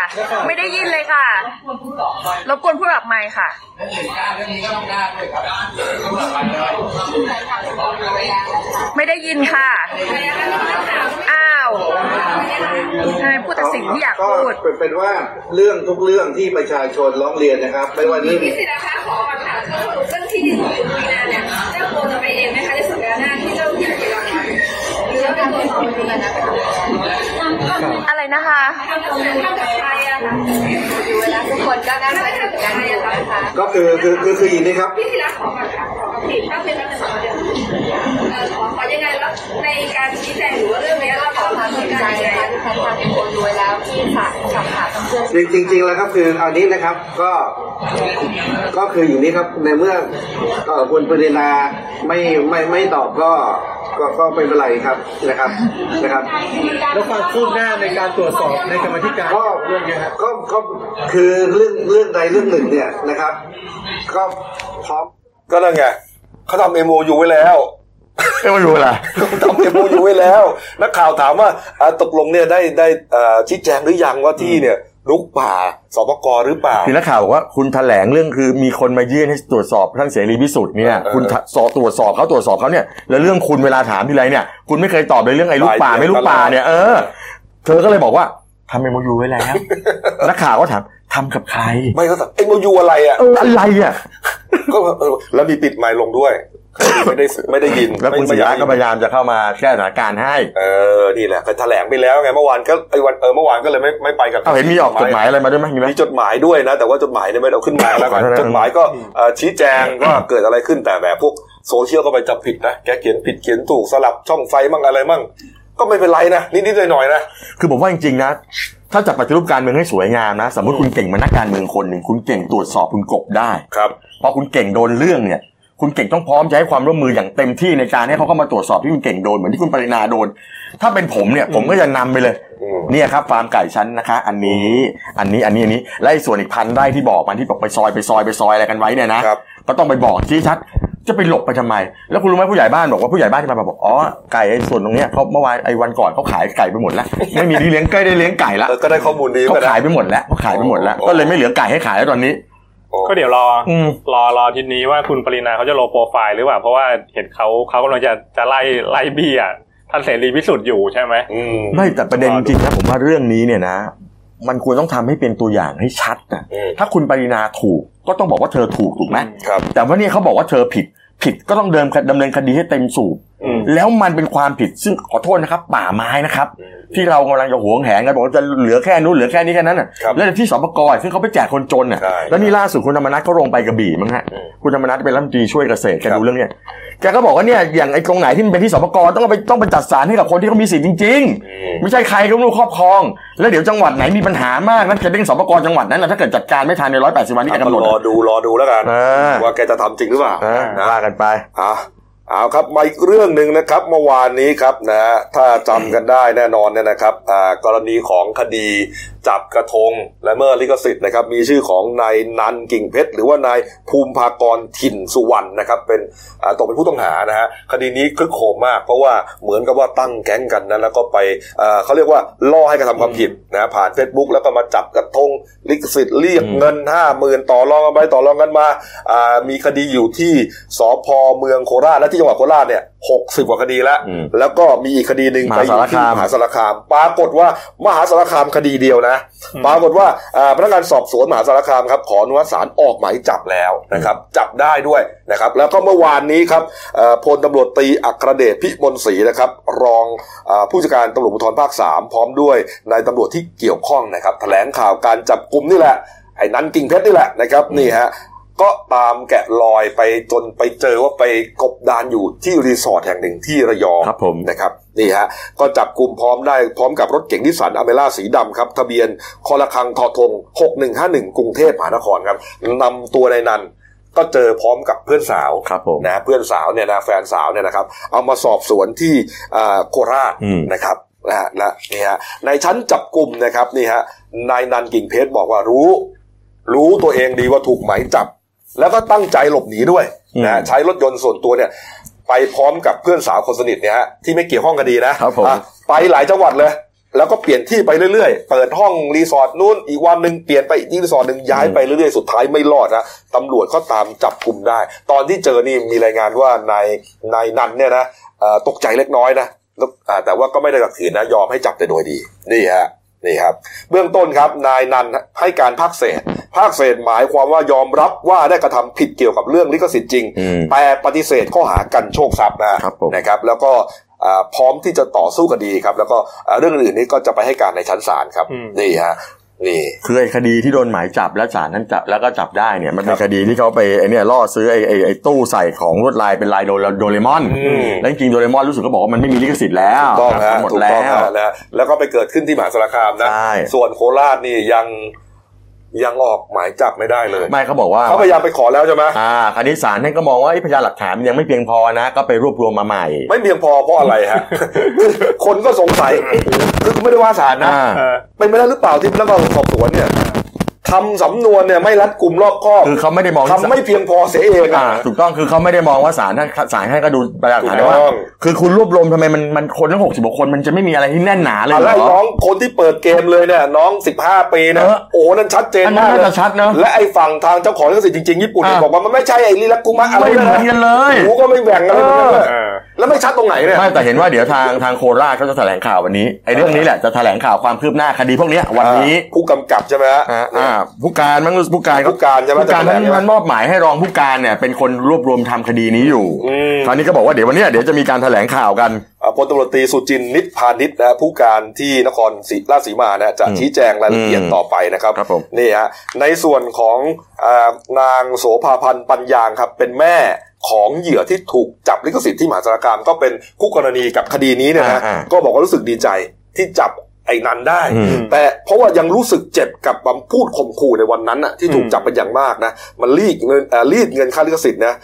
E: ไม่ได้ยินเลยค่ะรบกวนพูดออกไมค์ค่ะ ไม่ได้ยินค่ะอ้าวทำไมพูดแต่สิ่งที่อยากพูด
F: ก็เป็นว่าเรื่องทุกเรื่องที่ประชาชนร้องเรียนนะครับ ไม่ว่าเรื่อง
G: พี่สิทธาคะขอคำถามเรื่องที่ดินของคุณปรีนาเนี่ยเจ้าตัวจะไปเองไหมคะในสัปดาห์หน้าที่เจ้าที่จะรับผิดหรือว่าเป็นตัวของคุณปรีนานะคะ
E: อะไรนะคะ
G: ทำกับใครอะคะอยู่เวลาทุกคนก็ได้ไปทำกับใครอะคะ
F: ก็คือคือคือคืออย่างนี้ครับ
G: พี่สิทธาขอคำถามขอคำถามถ้าเป็นรัฐสภาเดี๋ยวเอ่อขอขอยังไงแล้วในการชี้แจงหรือว่าเรื่องนี้เราขอความสนใจนะคะที่ท่านทำเป็นคนรวยแล้วที่ฝากกับฝากกับเพื่อน
F: จริงจริงๆแล้วครับคือเอานี้นะครับก็ก็คืออย่างนี้ครับในเมื่อเอ่อคุณปรินาไม่ไม่ไม่ตอบก็ ก็ก็ไม่เป็นไรครับนะครับนะครับ
H: แล้วความคืบหน้าในการตรวจสอบในกรรมธิการ
F: ก็
H: เรื่องเนี้ยฮะ
F: ก็ก็คือเรื่องเรื่องใดเรื่องหนึ่งเนี่ยนะครับ ก็พร้อม
A: ก็นั่นไงเขาทำเอ็มโอยู่ไว้แล้ว
B: เอ้ยไม่รู้อะไร
A: เขาทำเอ็มโอยู่ไว้แล้ว นักข่าวถามว่าอ่าตกลงเนี่ยได้ได้อ่าชี้แจงหรือยังว่าที่เนี่ยลุกป่าสปกหรือเปล่า
B: ทีนักข่าวบอกว่าคุณแถลงเรื่องคือมีคนมายื่นให้ตรวจสอบท่านเสรีพิสุทธิ์เนี่ย
A: เออ
B: คุณสอบตรวจสอบเขาตรวจสอบเขาเนี่ยแล้วเรื่องคุณเวลาถามทีไรเนี่ย คุณไม่เคยตอบเลยเรื่องไอ้ลูกป่าไม่ลูกป่าเนี่ยเออเธอก็เลยบอกว่าทำเอ็มยูไว้แล้ว นักข่าวก็ถามทำกับใคร
A: ไม่เขาถามเอ็มโอยู่อะไรอ่ะ
B: เอออะไรอ่ะ
A: ก็เออแล้วมีปิดไมค์ลงด้วย ไม่ได้ไม่ได้ยิน
B: แล้วคุณ
A: ไม่
B: ศิ
A: ไม่อ
B: ระ
A: ยาก
B: ก็พยายามจะเข้ามาแก้สถานการณ์ให้
A: เออนี่แหละก็แถลงไปแล้วไงเมื่อวานก็ไอ้วันเออเมื่อวานก็เลยไม่ไม่ไปกับ
B: เอาเห็นมีออกกฎหมายอะไรมาด้วยไหมมีไหม
A: มีจดหมายด้วยนะ แต่ว่าจดหมายเนี่ยไม่ได้เอาขึ้นมาแล้วกัน
B: ขอโทษนะ
A: จดหมายก็เอ่อชี้แจงว่าเกิดอะไรขึ้นแต่แบบพวกโซเชียลก็ไปจับผิดนะ แกเขียนผิดเขียนถูกสลับช่องไฟมั่งอะไรมั่ง ก็ไม่เป็นไรนะ นิดๆหน่อยๆนะ
B: คือผมว่าจริงๆนะ ถ้าจะปฏิรูปการเมืองให้สวยงามนะ สมมติคุณเก่งมานักการเมืองคนหนึ่งคุณเก่งตรวจสอบคุณกบได้
A: ครับ
B: พอคุณเก่งโดนเรื่องเนี่ย คุณเก่งต้องพร้อมจะให้ความร่วมมืออย่างเต็มที่ในการให้เขาเข้ามาตรวจสอบที่คุณเก่งโดนเหมือนที่คุณปรินาโดน ถ้าเป็นผมเนี่ยผมก็จะนำไปเลย
A: อืม
B: เนี่ยครับฟาร์มไก่ชั้นนะคะ อันนี้อันนี้อันนี้อันนี้และไอ้ส่วนอีกพันไร่ที่บอกมันที่บอกไปซอยไปซอยไปซอยอะไรกันไว้เนี่ยนะ
A: ครับ
B: ก็ต้องไปบอกชี้ชัดจะไปหลบไปทำไม แล้วคุณรู้ไหมผู้ใหญ่บ้านบอกว่าผู้ใหญ่บ้านที่มาบอกอ๋อไก่ไอ้ส่วนตรงเนี้ยเขาเมื่อวานไอ้วันก่อนเขาขายไก่ไปหมดแล้ว ไม่มีที่เลี้ยงไก่ได้เลี้ยงไก่ ละ
A: เออก็ได้ข้อมูลดี
B: เขา
A: ก็ได้
B: ขายไปหมดแล้วเขาขายไปหมดแล้ว
A: อ๋อ
B: ก็เลยไม่เหลือไก่ให้ขายแล้วตอนนี้
C: ก็เดี๋ยวรออ
B: ม
C: รอรอทีนี้ว่าคุณปรินาเขาจะโลโปรไฟล์หรือเปล่าเพราะว่าเห็นเขาเขากำลังจะจะไล่ไล่เบี้ยท่านเสรีพิสุทธิ์อยู่ใช่ไหม
A: อืม
B: ไม่แต่ประเด็นจริงๆนะผมว่าเรื่องนี้เนี่ยนะ มันควรต้องทำให้เป็นตัวอย่างให้ชัดนะ
A: อืม
B: ถ้าคุณปรินาถูกก็ต้องบอกว่าเธอถูกถูกไหม
A: ครับ
B: แต่ว่าเนี่ยเขาบอกว่าเธอผิด ผิดก็ต้องเดิมดำเนินคดีให้เต็มสูบ
C: อืม
B: แล้วมันเป็นความผิดซึ่งขอโทษนะครับ ป่าไม้นะครับ
A: อืม
B: ที่เรากำลังจะหวงแหนกันบอกว่าจะเหลือแค่นู้นเหลือแค่นี้แค่นั้นน่ะ
A: ครับ
B: แล้วที่สปกซึ่งเขาไปแจกคนจนน่ะ
A: ใช่
B: แล้วนี่ล่าสุดคุณธรรมนัฐก็ลงไปกระบี่มั้งฮะ
A: อืม
B: คุณธรรมนัฐเป็นรัฐมนตรีช่วยเกษตรแก
A: ครับ
B: ดูเรื่องเนี้ยแกก็บอกว่าเนี่ยอย่างไอ้ตรงไหนที่มันเป็นที่สปกต้องเอาไปต้องไปจัดสรรให้กับคนที่เขามีสิทธิ์จริง ๆ
A: อืม
B: ไม่ใช่ใครก็ไม่รู้ครอบครอง แล้วเดี๋ยวจังหวัดไหนมีปัญหามากนั่นจะเด้งสปกจังหวัดนั้นนะถ้าเกิดจัดการไม่ทันในร้อยแปดสิบวันที่แกกำหนด
A: รอ
B: อะ
A: ดูรอดูแล้วกัน
B: เออ
A: ว่าแกจะทำจริงหรือเปล่า
B: เออ
A: นะ
B: ว่ากันไป
A: อ่ะเอาครับมาอีกเรื่องหนึ่งนะครับเมื่อวานนี้ครับนะฮะถ้าจำกันได้แน่นอนเนี่ยนะครับอ่ากรณีของคดีจับกระทงและเมื่อลิขสิทธิ์นะครับมีชื่อของนายนันกิ่งเพชรหรือว่านายภูมิภากรถิ่นสุวรรณนะครับเป็นอ่าตกเป็นผู้ต้องหานะฮะคดีนี้คลึกโครมมาก เพราะว่าเหมือนกับว่าตั้งแก๊งกันนะแล้วก็ไปอ่าเขาเรียกว่าล่อให้กระทำความผิดนะผ่าน Facebook แล้วก็มาจับกระทงลิขสิทธิ์เรียกเงินห้าหมื่นต่อรองกันไปต่อรองกันมา อ่ามีคดีอยู่ที่สพเมืองโคราชและที่จังหวัดโคราชเนี่ยหกสิบกว่าคดีแล้ว
B: อืม
A: แล้วก็มีอีกคดีหนึ่ง
B: ม
A: ไป
B: หา
A: อ
B: สา
A: ยู่
B: ร
A: ที่
B: คาม
A: มหาสารคาม ปรากฏว่ามหาสารคามคดีเดียวนะ ปรากฏว่าอ่าพนักงานสอบสวนมหาสารคามครับขออนุมัติศาลออกหมายจับแล้วนะครับ จับได้ด้วยนะครับ แล้วก็เมื่อวานนี้ครับเอ่อพลตำรวจตรีอัครเดชพิมลศรีนะครับ รองอ่าผู้จัดการตำรวจภูธรภาคสามพร้อมด้วยนายตำรวจที่เกี่ยวข้องนะครับ แถลงข่าวการจับกลุ่มนี่แหละไอ้นันกิ่งเพชรนี่แหละนะครับนี่ฮะ ก็ตามแกะรอยไปจนไปเจอว่าไปกบดานอยู่ที่รีสอร์ทแห่งหนึ่งที่ระยอง
B: ครับผม
A: นะครับนี่ฮะก็จับกลุ่มพร้อมได้พร้อมกับรถเก๋งนิสสันอเมล่าสีดำครับ ทะเบียนคอละคังทอทง 6151 กรุงเทพมหานครครับนำตัวในายนันก็เจอพร้อมกับเพื่อนสาว
B: ครับผม
A: นะเพื่อนสาวเนี่ยนะแฟนสาวเนี่ยนะครับ เอามาสอบสวนที่อ่าโคราช
B: อืม
A: นะครับนะฮะและนี่ฮะในชั้นจับกลุ่มนะครับนี่ฮะนายนันกิ่งเพชรบอกว่ารู้ รู้ตัวเองดีว่าถูกหมายจับ แล้วก็ตั้งใจหลบหนีด้วยนะฮะใช้รถยนต์ส่วนตัวเนี่ย ไปพร้อมกับเพื่อนสาวคนสนิทเนี่ยฮะที่ไม่เกี่ยวข้องกันดีนะ
B: ครับผม
A: อ่ะไปหลายจังหวัดเลย แล้วก็เปลี่ยนที่ไปเรื่อยๆ เปิดห้องรีสอร์ทนู่นอีกวันหนึ่งเปลี่ยนไปอีกที่รีสอร์ทหนึ่งย้ายไปเรื่อยๆ สุดท้ายไม่รอดนะตำรวจก็ตามจับกลุ่มได้ ตอนที่เจอนี่มีรายงานว่านายนายนันเนี่ยนะเอ่อตกใจเล็กน้อยนะแล้วอ่าแต่ว่าก็ไม่ได้ขัดขืนนะยอมให้จับแต่โดยดีนี่ฮะนี่ครับ เบื้องต้นครับนายนันให้การภาคเศษ ภาคเศษหมายความว่ายอมรับว่าได้กระทำผิดเกี่ยวกับเรื่องลิขสิทธิ์จริง
B: อืม
A: แต่ปฏิเสธข้อหากันโชคทรัพย์นะครับ
B: ผม
A: นะครับ แล้วก็อ่าพร้อมที่จะต่อสู้คดีครับ แล้วก็อ่าเรื่องอื่นๆนี้ก็จะไปให้การในชั้นศาลครับ
C: อืม
A: นี่ฮะนี่
B: คือไอ้คดีที่โดนหมายจับและศาลท่านจับแล้วก็จับได้เนี่ยมันเป็
A: คน รับ
B: คดีที่เขาไปไอ้เนี่ยล่อซื้อไอ้ไอ้ไอ้ตู้ใส่ของลวดลายเป็นลายโดเรโดเรมอน
A: อืม
B: แล้วจริงๆโดเรมอนรู้สึกก็บอกว่ามันไม่มีลิขสิทธิ์แล้ว
A: ถูกต้องฮะ
B: หมด
A: ถูก
B: แล้
A: ต้อง
B: ว
A: ฮะนะแล้วก็ไปเกิดขึ้นที่มหาสารคามนะ
B: ใช่
A: ส่วนโคราชนี่ยัง ยังออกหมายจับไม่ได้เลย
B: ไม่เขาบอกว่า
A: เขาพยายามไปขอแล้วใช่ไหม
B: อ่าคราวนี้ศาลท่านก็มองว่าเอ้ยพยานหลักฐานมันยังไม่เพียงพอนะ ก็ไปรวบรวมมาใหม่
A: ไม่เพียงพอเพราะอะไร ฮะ คือคนก็สงสัยเอ๊ะคือไม่ได้ว่าศาลนะ
B: อ่า
C: เออ
A: เป็นไปได้หรือเปล่าที่พนักงานสอบสวนเนี่ยทำสำนวนเนี่ยไม่รัดกุมรอบคอบ
B: คือเขาไม่ได้มองที่
A: ทำไม่เพียงพอเสียเอง
B: อ่า
A: อะ
B: ถูกต้องคือเขาไม่ได้มองว่าศาลท่านศาลท่านก็ดูพยานหลักฐาน
A: ถูกต้อง
B: ว่า คือคุณรวบรวมทำไมมันมันคนทั้งหกสิบกว่าคนมันจะไม่มีอะไรที่แน่นหนาเลย
A: อะ
B: เหร
A: ไร
B: อ
A: น้องคนที่เปิดเกมเลยเนี่ยน้อง 15 ปีนะ
B: เออ
A: โอ้นั่นชัดเจน
B: อันนั้
A: มานกเลย
B: น่าจะชัดเนอะ
A: และไอ้ฝั่งทางเจ้าของลิขสิทธิ์จริงๆญี่ปุ่นเนี่ย
B: อ่ะ
A: บอกว่ามันไม่ใช่ไอ้ลิลักกุมะอะไร
B: ไม่เหมือนกันเลย
A: หูก็ไม่แหว่งอะไรแบบนั้นเลย
C: เออ
A: แล้วไม่ชัดตรงไหนเนี่ย
B: ไม่แต่เห็นว่าเดี๋ยวทางทางโคราชเขาจะแถลงข่าววันนี้ไอ้เรื่องนี้แหละจะแถลงข่าวความคืบหน้าคดีพวกเนี้ยวันนี้
A: อ่ะผู้กำกับใช่ไหมฮะ
B: อ่าอ่าผู้การมั้งผู้การ
A: ผู้การใช่ไหม
B: ผู้การ
A: จะแถล
B: ท่าง น
A: ใช่ไหม
B: ท่านมอบหมายให้รองผู้การเนี่ยเป็นคนรวบรวมทำคดีนี้อยู่
A: อืม
B: คราวนี้ก็บอกว่าเดี๋ยววันเนี้ยเดี๋ยวจะมีการแถลงข่าวกัน
A: อ่ะพลตำรวจตรีสุจินต์นิตพานิชนะฮะผู้การที่นครศรีราชสีมานะจะ
B: อืม
A: ชี้แจงรายละเอียด
B: อืม
A: ต่อไปนะครับ
B: ครับผม
A: นี่ฮะในส่วนของอานางโสภาพันธ์ปัญญางครับเป็นแม่ของเหยื่อที่ถูกจับลิขสิทธิ์ที่มหาสารคามก็เป็นคู่กรณีกับคดีนี้เนี่ยนะ
B: อ่า
A: ก็บอกว่ารู้สึกดีใจที่จับไอ้นันได้
B: อืม
A: แต่เพราะว่ายังรู้สึกเจ็บกับคำพูดข่มขู่ในวันนั้นน่ะที่ถูกจับเป็นอย่างมากนะมันรีดเงินเอ่อรีดเงินค่าลิขสิทธิ์นะ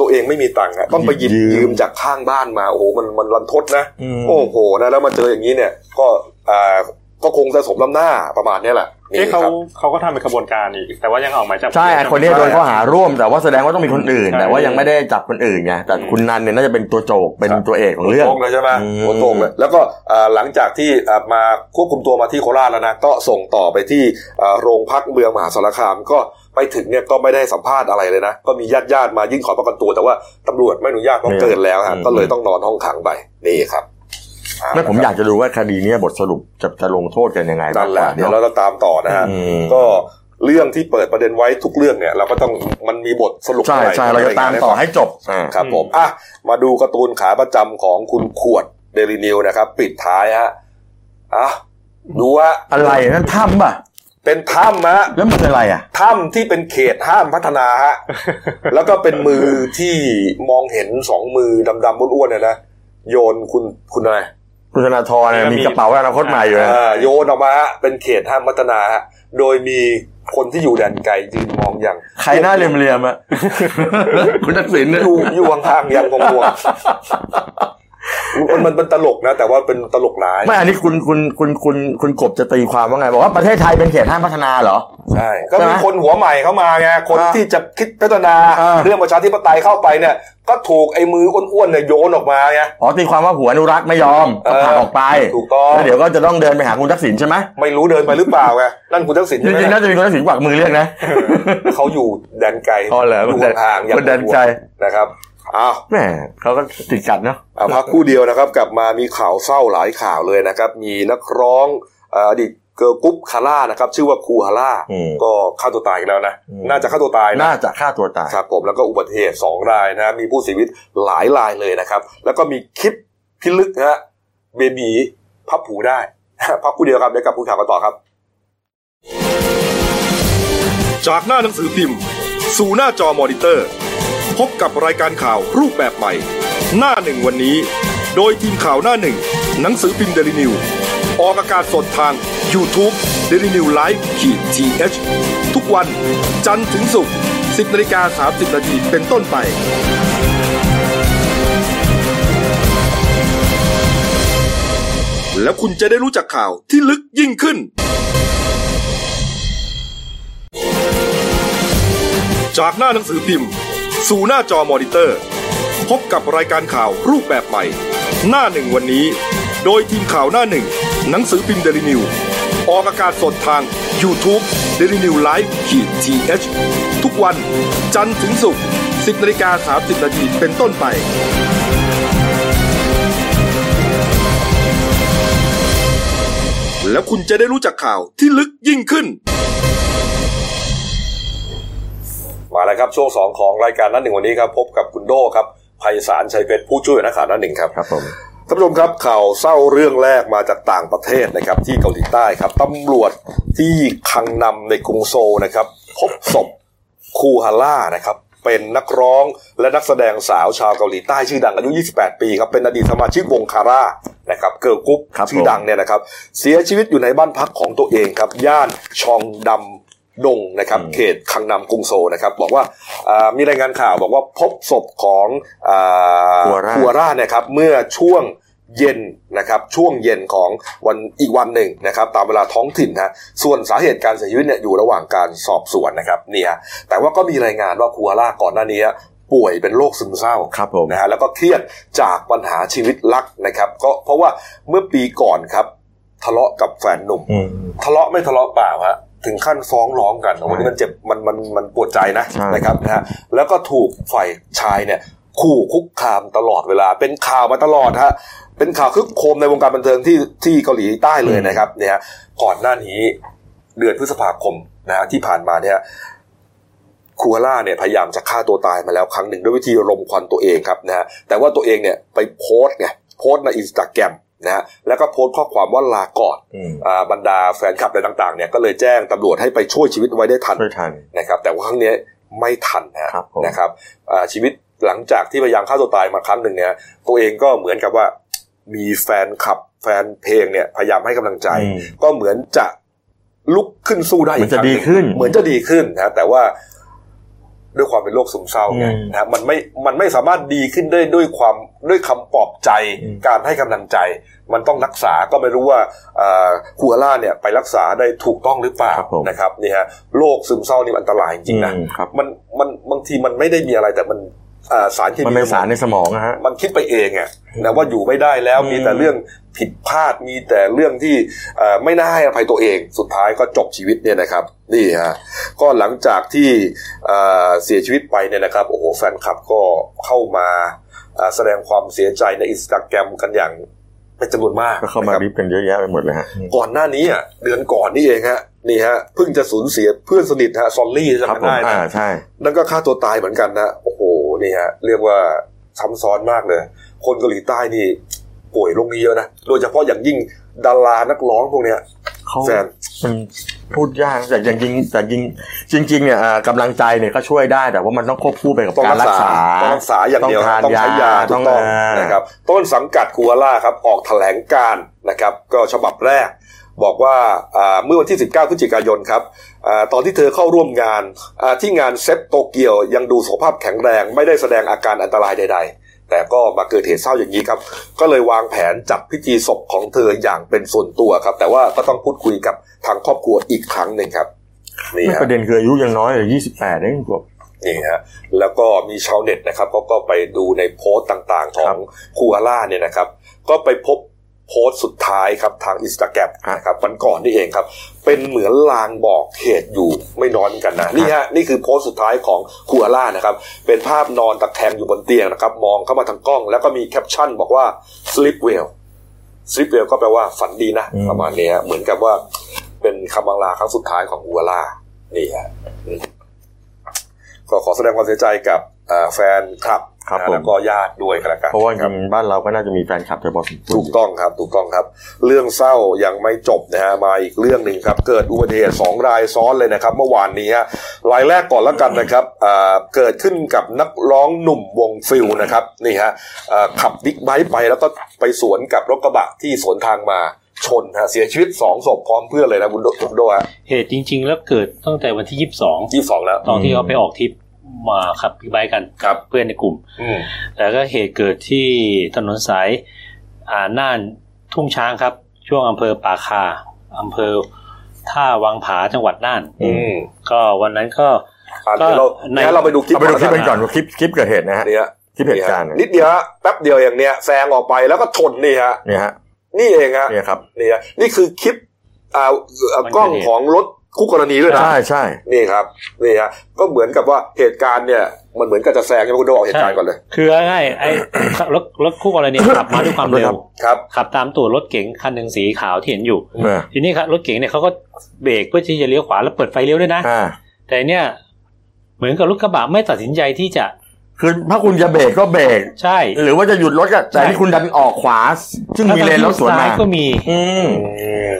A: ตัวเองไม่มีตังค์อะต้องไปหยิบ
B: ยืม
A: ยืม จากข้างบ้านมาโอ้โหมันมันรันทดนะ
B: อืม
A: โอ้โหนะแล้วมาเจออย่างนี้เนี่ย ก็อ่าก็คงจะสมลำหน้าประมาณเนี้ยแหละนี่
C: เอ๊ะ
A: ครั
C: เขา
A: บ
C: เขาก็ทำเป็นขบวนการอีก แต่ว่ายังออกหมายจับ
B: ใช่ไอ้คนเนี้ยโดนข้อหาร่วมแต่ว่าแสดงว่าต้องมีคนอื่น
C: ใช่
B: แต่ว่ายังไม่ได้จับคนอื่นไงแต่คุณนันเนี่ยน่าจะเป็นตัวโจกเป็น
A: ครับ
B: ตัวเอกของเรื่อง
A: ตรงเลยใช่ไหม
B: อืม
A: หัวตรงเลยแล้วก็อ่าหลังจากที่อ่ามาควบคุมตัวมาที่โคราชแล้วนะก็ส่งต่อไปที่อ่าโรงพักเมืองมหาสารคาม ก็ไปถึงเนี่ยก็ไม่ได้สัมภาษณ์อะไรเลยนะ ก็มีญาติญาติๆมายื่นขอประกันตัวแต่ว่าตำรวจไม่อนุญาตเพราะเกินแล้วฮะก็เลยต้องนอนห้องขังไปนี่ครับ
B: ไม่ผมอยากจะดูว่าคดีเนี้ยบทสรุปจะจะลงโทษกันยังไง
A: นั่
B: บ้าง
A: นแหละเดี๋ยว
B: เนาะ
A: เราจะตามต่อนะฮะ
B: อืม
A: ก็เรื่องที่เปิดประเด็นไว้ทุกเรื่องเนี่ยเราก็ต้องมันมีบทสรุป
B: ใช่
A: อะไร
B: ใช่เราจะตามต่อให้จบอ่า
A: ครับผมอ่ะมาดูการ์ตูนขาประจำของคุณขวดเดลินิวนะครับ ปิดท้ายฮะอ่ะดูว่า
B: อะไรนั่นถ้ำป่ะ
A: เป็นถ้ำฮะ
B: แล้วมันเป็นอะไรอ่ะ
A: ถ้ำที่เป็นเขตห้ามพัฒนาฮะแล้วก็เป็นมือที่มองเห็นสองมือดำๆอ้วนๆเนี่ยนะโยนคุณคุณอะไร
B: คุณธนาธรเนี่ยมีกระเป๋าอนาคตใหม่อยู่นะ
A: อ่าโยนออกมาฮะเป็นเขตห้ามพัฒนาฮะโดยมีคนที่อยู่แดนไกลยืนมองอย่าง
B: ใครหน้าเรียมๆอ่ะ คุณทักษิณเนี่ย
A: อยู่อยู่ห่างๆยังงงๆมันมันเป็นตลกนะ แต่ว่าเป็นตลกร้าย
B: ไม่อันนี้คุณคุณคุณคุณคุณกบจะตีความว่าไง บอกว่าประเทศไทยเป็นเขตห้ามพัฒนาเหรอ
A: ใช่ก็มี
B: ใช่ไหม
A: คนหัวใหม่เข้ามาไงคน
B: อ่า
A: ที่จะคิดพัฒนา
B: อ่า
A: เรื่องประชาธิปไตยเข้าไปเนี่ย ก็ถูกไอ้มืออ้วนๆเนี่ยโยนออกมาไง
B: อ๋อตีความว่าหัวอนุรักษ์ไม่ยอม
A: เออ
B: ก็ผลักออกไป
A: ถูกต้อง
B: แล้วเดี๋ยวก็จะต้องเดินไปหาคุณทักษิณใช่ไหม
A: ไม่รู้เดินไปหรือเปล่าไงนั่นคุณทักษิณ
B: จ
A: ใช่ไหม
B: ริงๆน่าจะมีคุณทักษิณกวักมือเรียกนะ
A: เขาอยู่แดนไกล
B: อ๋อเหรอ
A: อยู่ห่างๆอย่าง
B: คนดันใจ
A: นะครับอ้าว
B: แหมเขาก็ติดกัดเนาะ
A: อ่ะพักครู่เดียวนะครับกลับมามีข่าวเศร้าหลายข่าวเลยนะครับ มีนักร้องเอ่ออดีตเกิร์ลกรุ๊ปคาร่านะครับ ชื่อว่าครูฮาร่า
B: อืม
A: ก็ฆ่าตัวตายอีกแล้วนะ
B: อืม
A: น่าจะฆ่าตัวตายนะ
B: น่าจะฆ่าตัวตาย
A: ครับผมแล้วก็อุบัติเหตุสองรายนะมีผู้เสียชีวิตหลายรายเลยนะครับ แล้วก็มีคลิปพิลึกนะฮะเบบีพับผูได้ พักครู่เดียวครับเดี๋ยวกลับคุณข่าวกันต่อครับ จากหน้าหนังสือพิมพ์ สู่หน้าจอมอนิเตอร์ พบกับรายการข่าวรูปแบบใหม่ หน้าหนึ่งวันนี้ โดยทีมข่าวหน้าหนึ่ง หนังสือพิมพ์เดลินิวออกอากาศสดทาง y o u t u เดลินิวไลฟ์ขีดทีเทุกวัน จันทร์ถึงศุกร์10นาฬิกา30นาทีเป็นต้นไป แล้วคุณจะได้รู้จักข่าวที่ลึกยิ่งขึ้น จากหน้าหนังสือพิมพ์ สู่หน้าจอมอนิเตอร์ พบกับรายการข่าวรูปแบบใหม่ หน้าหนึ่งวันนี้ โดยทีมข่าวหน้าหนึ่ง หนังสือพิมพ์เดลินิวออกอากาศสดทาง y o u t u เดลินิวไลฟ์ขีดทีเทุกวัน จันทร์ถึงศุกร์10นาฬิกา30นาทีเป็นต้นไป แล้วคุณจะได้รู้จักข่าวที่ลึกยิ่งขึ้น มาแล้วครับช่วงสองของรายการนั้นหนึ่งวันนี้ครับพบกับคุณโด้ครับไพศาลชัยเพชรผู้ช่วยนักข่าวนั้นหนึ่งครับ
B: ครับผม
A: ท่านผู้ชมครับข่าวเศร้าเรื่องแรกมาจากต่างประเทศนะครับ ที่เกาหลีใต้ครับตำรวจที่คังนำในกรุงโซลนะครับ พบศพคูฮาร่านะครับ เป็นนักร้องและนักแสดงสาวชาวเกาหลีใต้ชื่อดังอายุ 28 ปีครับเป็นอดีตสมาชิกวงคาร่านะครับเกิร์ลกรุ๊ป
B: ครับผม
A: ชื่อดังเนี่ยนะครับ เสียชีวิตอยู่ในบ้านพักของตัวเองครับ ย่านชองดำ ดงนะครับ
B: อืม
A: เขตคังนำกรุงโซลนะครับบอกว่าอ่ามีรายงานข่าวบอกว่าพบศพของอ่า
B: ทัวร่า
A: ทัวร่าเนี่ยครับเมื่อช่วงเย็นนะครับช่วงเย็นของวันอีกวันหนึ่งนะครับตามเวลาท้องถิ่นนะส่วนสาเหตุการเสียชีวิตเนี่ยอยู่ระหว่างการสอบสวนนะครับนี่ฮะแต่ว่าก็มีรายงานว่าคัวร่าก่อนหน้านี้ป่วยเป็นโรคซึมเศร้า
B: ครับผม
A: นะฮะแล้วก็เครียดจากปัญหาชีวิตรักนะครับ ก็เพราะว่าเมื่อปีก่อนครับ ทะเลาะกับแฟนหนุ่ม
B: อืม
A: ทะเลาะไม่ทะเลาะเปล่าฮะถึงขั้นฟ้องร้องกันโอ้โห
B: ใช่
A: นี่มันเจ็บมันมันมันปวดใจนะ
B: ใช่
A: นะครับนะฮะแล้วก็ถูกฝ่ายชายเนี่ยขู่คุกคามตลอดเวลา เป็นข่าวมาตลอดฮะเป็นข่าวคึกโครมในวงการบันเทิงที่ที่เกาหลีใต้เลยนะครับเนี่ยฮะก่อนหน้านี้เดือนพฤษภาคมนะฮะที่ผ่านมาเนี่ย คัวล่าเนี่ยพยายามจะฆ่าตัวตายมาแล้วครั้งหนึ่งด้วยวิธีรมควันตัวเองครับนะฮะแต่ว่าตัวเองเนี่ยไปโพสต์ไงโพสต์ในอินสตาแกรมนะฮะแล้วก็โพสต์ข้อความว่าลาก่อน
B: อืม
A: อ่าบรรดาแฟนคลับอะไรต่างๆเนี่ยก็เลยแจ้งตำรวจให้ไปช่วยชีวิตไว้ได้ทัน
B: ช่วยทัน
A: นะครับ แต่ว่าครั้งเนี้ยไม่ทันนะฮะ
B: ครับผม
A: นะครับอ่าชีวิตหลังจากที่พยายามฆ่าตัวตายมาครั้งหนึ่งเนี่ยตัวเองก็เหมือนกับว่ามีแฟนคลับแฟนเพลงเนี่ยพยายามให้กำลังใจ
B: อืม
A: ก็เหมือนจะลุกขึ้นสู้ได้อีกครั้งห
B: เหมือนจะดีขึ้น
A: เหมือนจะดีขึ้นนะแต่ว่าด้วยความเป็นโรคซึมเศร้าไง
B: อืม
A: นะมันไม่มันไม่สามารถดีขึ้นได้ด้วยความด้วยคำปลอบใจ
B: อืม
A: การให้กำลังใจ มันต้องรักษาก็ไม่รู้ว่าเอ่อครูฮาร่าเนี่ยไปรักษาได้ถูกต้องหรือเปล่า
B: ครับผม
A: นะครับนี่ฮะโรคซึมเศร้านี่มันอันตรายจริงๆนะ
B: อืมครับ
A: มันมันบางทีมันไม่ได้มีอะไรแต่มันอ่าสารเคมี
B: มันเป็นสารในสมองนะฮะ
A: มันคิดไปเองอะนะว่าอยู่ไม่ได้แล้ว
B: อืม
A: มีแต่เรื่องผิดพลาดมีแต่เรื่องที่เอ่อไม่น่าให้อภัยตัวเอง สุดท้ายก็จบชีวิตเนี่ยนะครับนี่ฮะก็หลังจากที่เอ่อเสียชีวิตไปเนี่ยนะครับโอ้โหแฟนคลับก็เข้ามาเอ่อแสดงความเสียใจในอินสตาแกรมกันอย่างเป็นจำนวนมาก
B: ก็เข้ามา
A: นะครับ
B: ริบกันเยอะแยะไปหมดเลยฮะ
A: ก่อนหน้านี้อ่ะเดือนก่อนนี่เองฮะนี่ฮะเพิ่งจะสูญเสียเพื่อนสนิทฮะซอลลี่
B: ครับ
A: จำ
B: ผม
A: ได้
B: อ่า
A: นะ
B: ใช่
A: นั่นก็ฆ่าตัวตายเหมือนกันนะ โอ้โห นี่ฮะ เรียกว่าซ้ำซ้อนมากเลย คนเกาหลีใต้นี่ป่วยโรคนี้เยอะนะ โดยเฉพาะอย่างยิ่งดารานักร้องพวกเนี้ย
B: เขา
A: แฟน
B: มันพูดยากแต่จริงๆแต่จริงจริงจริงๆเนี่ยอ่ากำลังใจเนี่ยก็ช่วยได้แต่ว่ามันต้องควบคู่ไปกับ
A: ต้อง
B: การรักษา
A: ต้องรักษาอย่างเดียว
B: ต้องทาน
A: ต้องใช้ยาย
B: า
A: ถูกต้อง
B: ต้องอ่าน
A: นะครับ ต้นสังกัดคัวล่าครับ ออกแถลงการณ์นะครับ ก็ฉบับแรก บอกว่าอ่าเมื่อวันที่ 19พฤศจิกายนครับอาตอนที่เธอเข้าร่วมงานอ่าที่งานเซฟโตเกียวยังดูสุขภาพแข็งแรง ไม่ได้แสดงอาการอันตรายใด ๆ แต่ก็มาเกิดเหตุเศร้าอย่างนี้ครับ ก็เลยวางแผนจัดพิธีศพของเธออย่างเป็นส่วนตัวครับ แต่ว่าก็ต้องพูดคุยกับทางครอบครัวอีกครั้งหนึ่งครับนี่
B: ไม่
A: ฮะ
B: ประเด็นคืออายุยังน้อยเลยยี่สิบแปดเองจบ
A: นี่ฮะแล้วก็มีชาวเน็ตนะครับเขาก็ไปดูในโพสต์ต่างๆ ขอ
B: ครั
A: ง
B: บ
A: ครูอาร่าเนี่ยนะครับ ก็ไปพบโพสต์สุดท้ายครับทางอินสตาแกรม
B: ครับ
A: นะครับวันก่อนนี่เองครับ เป็นเหมือนลางบอกเหตุอยู่ไม่น้อยเหมือนกันนะนี่ฮะนี่คือโพสต์สุดท้ายของครูอาร่านะครับ เป็นภาพนอนตะแคงอยู่บนเตียงนะครับ มองเข้ามาทางกล้อง แล้วก็มีแคปชั่นบอกว่า sleep well sleep well ก็แปลว่าฝันดีนะ
B: อืม
A: ประมาณเนี้ยเหมือนกับว่าเป็นคำบังลาครั้งสุดท้ายของครูอาร่านี่ฮะ ก็ขอแสดงความเสียใจกับเอ่อแฟนคลับ
B: ครับ
A: นะ
B: ผม
A: แล้วก็ญาติด้วยกันละกัน
B: เพราะว่าจ
A: ครับ
B: ริงๆบ้านเราก็น่าจะมีแฟนคลับแต่พอสมควร
A: ถูกต้องครับ ถูกต้องครับ เรื่องเศร้ายังไม่จบนะฮะมาอีกเรื่องหนึ่งครับ เกิดอุบัติเหตุสองรายซ้อนเลยนะครับ เมื่อวานนี้ฮะรายแรกก่อนละกันนะครับเอ่อเกิดขึ้นกับนักร้องหนุ่มวงฟิลนะครับนี่ฮะเอ่อขับบิ๊กไบค์ไปแล้วก็ไปสวนกับรถกระบะที่สวนทางมาชนฮะเสียชีวิตสองศพพร้อมเพื่อนเลยนะคุณโดคุณโดฮะ
I: เหตุจริง ๆ แล้วเกิดตั้งแต่วันที่ยี่สิบสอง
A: ที่สองแล้ว
I: ตอนที่เขาไปออกทริปมาขับบิ๊กไบค์กัน
A: ครับ
I: เพื่อนในกลุ่ม
A: อืม
I: แล้วก็เหตุเกิดที่ถนนสายอ่าน่านทุ่งช้างครับ ช่วงอำเภอป่าคาอำเภอท่าวังผาจังหวัดน่าน
A: อืม
I: ก็วันนั้นก็
A: อ่ะเดี๋ยวเรา
I: ใน
A: งั้นเราไปดูคลิป
B: เอาไปดูคลิป
A: กั
B: กันก่อนว่าคลิปคลิปเกิดเหตุนะฮะ
A: เนี่ย
B: คลิปเหตุการณ์เนี่ย
A: นิดเดียวฮะแป๊บเดียวอย่างเนี้ยแซงออกไปแล้วก็ชนนี่ฮะ
B: เนี่ยฮะ
A: นี่เองฮะ
B: เนี่ยครับ
A: นี่ฮะนี่คือคลิปอ่าเอ่อกล้องของรถคู่กรณีด้วยนะ
B: ใช่ใช่
A: นี่ครับนี่ฮะก็เหมือนกับว่าเหตุการณ์เนี่ยมันเหมือนกับจะแซงใช่ไหมคุณโดเอาเหตุการณ์ก่อนเลย
I: คือง่ายๆไอ้ รถรถคู่กรณีขับมาด้วยความเร็ว
A: ครับ
I: ขับตามตัวรถเก๋งคันหนึ่งสีขาวที่เห็นอยู่
B: เนี่ย
I: ทีนี้ครับรถเก๋งเนี่ยเขาก็เบรกเพื่อที่จะเลี้ยวขวาแล้วเปิดไฟเลี้ยวด้วยนะ
B: อ่า
I: แต่เนี่ยเหมือนกับรถกระบะไม่ตัดสินใจที่จะ
B: คือถ้าคุณจะเบรกก็เบรก
I: ใช่
B: หรือว่าจะหยุดรถก็แต่ที่คุณดันออกขวา ซึ่งมีเลนรถสวน
I: ซ้
B: มา
I: ยก็มี
B: อืม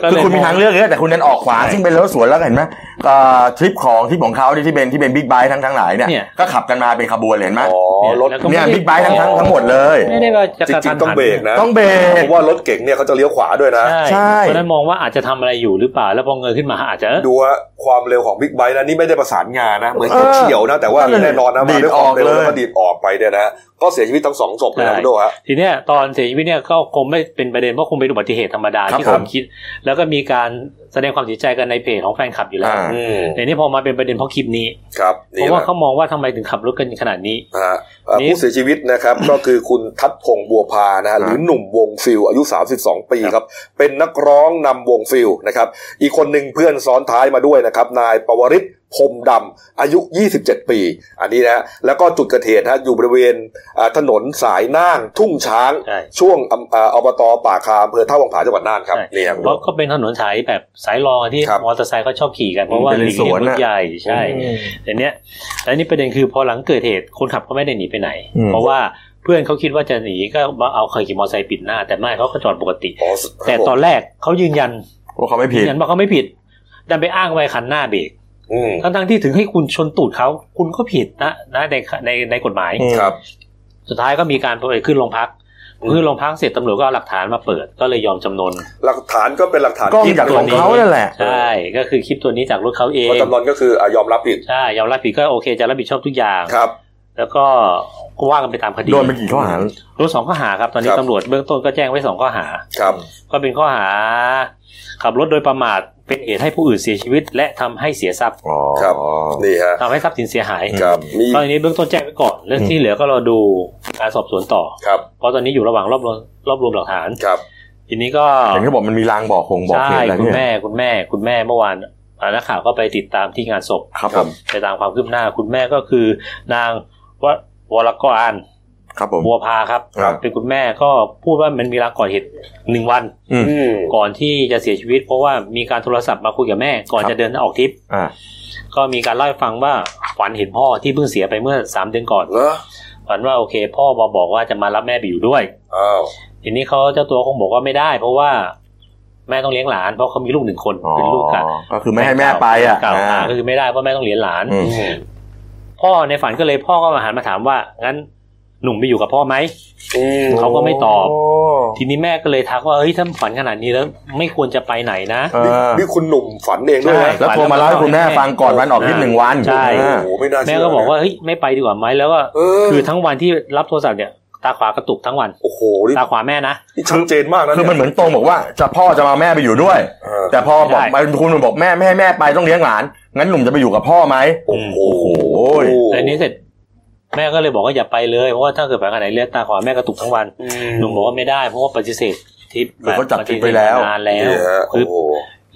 I: ก็
B: คือ
I: เย
B: คุณมีทางเลือกเยอะแต่คุณนั้นออกขวา
I: ใช่
B: ซึ่งเป็นรถสวนแล้วเห็นไหม อ่าทริปของทริปของเขาที่ที่เป็นที่เป็นบิ๊กไบค์ทั้งทั้งหลายเนี่ย
I: เนี่ย
B: ก็ขับกันมาเป็นขบวนเลยเห็นไหม
A: อ๋อรถ
I: แล้วก็
B: เนี่ยบิ๊กไบค์ทั้งทั้งทั้งหมดเลย
I: ไม่ได้ว่าจะ
A: จ
I: กระ
A: ริ
I: ทัน
A: งๆต้อง
I: หัน
A: เบรกนะ
B: ต้องเบร
A: เพ
B: ก
A: ราะว่ารถเก่งเนี่ยเขาจะเลี้ยวขวาด้วยนะ
B: ใช่
I: ใช่เพราะฉะนั้นมองว่าอาจจะทำอะไรอยู่หรือเปล่าแล้วพอเงยขึ้นมาอาจจะ
A: ดูว่าความเร็วของบิ๊กไบค์นะนี่ไม่ได้ประสานงานนะ เหมือนจะ
B: เออ
A: เฉียวนะ แต่ว่า
B: นั่นแหละ
A: แน่นอนนะมา
B: ดีด
A: ด้วยความเร็ว
B: ออกเลย
A: แล้วก็ดีดออกไปเนี่ยนะก็เสียชีวิตทั้งสองศพเลยนะ
I: ใช่
A: คุณโดฮะ
I: ทีเนี้ยตอนเสียชีวิตเนี่ยก็คงไม่เป็นประเด็นเพราะคงเป็นอุบัติเหตุธรรมดา
B: ครับ
I: ที่ค
B: ผ
I: น
B: ม
I: คิด แล้วก็มีการแสดงความเสียใจกันในเพจของแฟนคลับอยู่แล้ว
B: อ่า
A: อืม
I: แต่นี่พอมาเป็นประเด็นเพราะคลิปนี้
A: ครับ
I: เพ
A: นี่
I: ราะว่า
A: นะ
I: เขามองว่าทำไมถึงขับรถกันขนาดนี้
A: นะฮะเอ่อ
I: นี่
A: ผู้เสียชีวิตนะครับ ก็คือคุณทัดพงษ์บัวพานะฮะหรือหนุ่มวงฟิลอายุ 32 ปีครับ เป็นนักร้องนำวงฟิลนะครับ อีกคนหนึ่งเพื่อนซ้อนท้ายมาด้วยนะครับ นายปวริศพรมดำอายุ 27 ปี อันนี้นะฮะแล้วก็จุดเกิดเหตุนะฮะอยู่บริเวณอ่าถนนสายน่านทุ่งช้าง
I: ใช่
A: ช่วงอำเอ่ออบตป่าคาอำเภอท่าวังผาจังหวัดน่านครับ
I: ใช่
A: นี่ครับ
I: เพราะก็เป็นถนนสายแบบสายรองที่
A: ครับ
I: มอเตอร์ไซค์เขาชอบขี่กันเพราะว่า
B: เป็นเลน
I: หลีกเลี่
B: ส
I: ย
B: วน
I: งรถ
B: น่ะ
I: ใหญ่ใช่แต่เนี้ยแต่นี่ประเด็นคือพอหลังเกิดเหตุคนขับก็ไม่ได้หนีไปไหน
B: อืม
I: เพราะว่าเพื่อนเขาคิดว่าจะหนีก็มาเอาเคยขี่มอเตอร์ไซค์ปิดหน้า แต่ไม่เขาก็จอดปกติ
A: อ๋อ
I: แต่ตอนแรกเขายืนยัน
B: ว่าเขาไม่ผิ
I: ยื
B: ด
I: นยันว่าเขาไม่ผิด ดันไปอ้างไว้คันหน้าเบรก
A: อืม
I: ทั้งๆที่ถึงให้คุณชนตูดเขาคุณก็ผิดนะนะในในในกฎหมาย
B: อืม
A: ครับ
I: สุดท้ายก็มีการไปขึ้นโรงพักขึ้นโรงพักเสร็จตำรวจก็เอาหลักฐานมาเปิด ก็เลยยอมจำนน
A: หลักฐานก็เป็นหลักฐาน
B: กล้อง
A: ที่
B: จากของเขานั่นแหละ
I: ใช่ ก็คือคลิปตัวนี้จากรถเขาเอง
A: ว่าจำนวนก็คืออ่ะยอมรับผิด
I: ใช่ยอมรับผิดก็โอเคจะรับผิดชอบทุกอย่าง
A: ครับ
I: แล้วก็ก็ว่ากันไปตามคดี
B: โดนไปกี่ข้อหา
I: โดนสองข้อหาครับตอนนี้
A: ครับ
I: ตำรวจเบื้องต้นก็แจ้งไว้สองข้อหา
A: ครับ
I: ก็เป็นข้อหา ขับรถโดยประมาทเป็นเหตุให้ผู้อื่นเสียชีวิต และทำให้เสียทรัพย์
B: อ๋อ
A: ครับ นี่ฮะ
I: ทำให้ทรัพย์สินเสียหาย
A: ครับมี
I: ตอนนี้เบื้องต้นแจ้งไว้ก่อนเรื่องที่เหลือก็รอดูการสอบสวนต่อ
A: ครับ
I: เพราะตอนนี้อยู่ระหว่างรวบรวมรวบรวมหลักฐาน
A: ครับ
I: ทีนี้ก็
B: เห็นเขาบอกมันมีลางบอกคงบอก
I: ใช่
B: เหตุอะไร
I: คุณ
B: เนี่ย
I: แม่คุณแม่ คุณแม่เมื่อวานอ่านักข่าวก็ไปติดตามที่งานศพ
B: ครับผม
I: ไปตามความคืบหน้า คุณแม่ก็คือนางววรกร
B: ครับผม
I: บัวพาครับ
B: ครับ
I: เป็นคุณแม่ก็พูดว่ามันมีรางก่อนเหตุหนึ่งวัน
A: อืม
I: ก่อนที่จะเสียชีวิต เพราะว่ามีการโทรศัพท์มาคุยกับแม่ ก่อน
B: ครับ
I: จะเดินออกทริป
B: อ่า
I: ก็มีการเล่าให้ฟังว่าฝันเห็นพ่อที่เพิ่งเสียไปเมื่อสามเดือนก่อน
A: เหรอ
I: ฝันว่าโอเค พ่อมาบอกว่าจะมารับแม่ไปอยู่ด้วย
A: อ้าว
I: ทีนี้เขาเจ้าตัวคงบอกว่าไม่ได้ เพราะว่าแม่ต้องเลี้ยงหลาน เพราะเขามีลูกหนึ่งคน
B: อ๋อ
I: เป็นลูกกับ
B: ก็คือไม่ให้แม่ไปอ่ะ
I: เก่า
B: อ่า
I: ก็คือไม่ได้เพราะแม่ต้องเลี้ยงหลาน
B: อืม
I: พ่อในฝันก็เลยพ่อก็มาหันมาถามว่างั้นหนุ่มไปอยู่กับพ่อไหม
A: อืม
I: เขาก็ไม่ตอบ ทีนี้แม่ก็เลยทักว่าเฮ้ยถ้าฝันขนาดนี้แล้วไม่ควรจะไปไหนนะ
B: เออ
A: นี่คุณหนุ่มฝันเองด้วยนะ
I: ใช่
B: แล้วโทรมาเล่าให้คุณแม่ฟังก่อนวันออกทิศหนึ่งวัน
I: ใช่
B: อ่า
A: โอ้โหไม่น่าเชื่
I: แม่ก็บอกว่าเฮ้ยไม่ไปดีกว่าไหมแล้วก็
A: เออ
I: คือทั้งวันที่รับโทรศัพท์เนี่ยตาขวากระตุกทั้งวัน
A: โอ้โหนี่
I: ตาขวาแม่นะ
A: นี่ชัดเจนมากนะ
B: คือมันเหมือนตรงบอกว่าจะพ่อจะมาแม่ไปอยู่ด้วย
A: เออ
B: แต่พอบอก
I: ใช่
B: ไปคุณหนุ่มบอกแม่แม่ให้แม่ไปต้องเลี้ยงหลาน งั้นหนุ่มจะไปอยู่กับพ่อไหม
A: โอ้โห
B: โอ้ย
I: แต่นี้เสร็จแม่ก็เลยบอกว่าอย่าไปเลยเพราะว่าถ้าเกิดฝันขนาดนี้แล้วตาขวาแม่กระตุกทั้งวัน
A: อื
I: หนุ่มบอกว่าไม่ได้เพราะว่าปฏิเสธทริป
B: คือเขาจับทริป
I: ฏิสธ
B: ไปแล้ว
I: นานแล้
A: เนี่
I: วย
A: ฮะ
I: คื
A: โอ้
I: อ
A: โห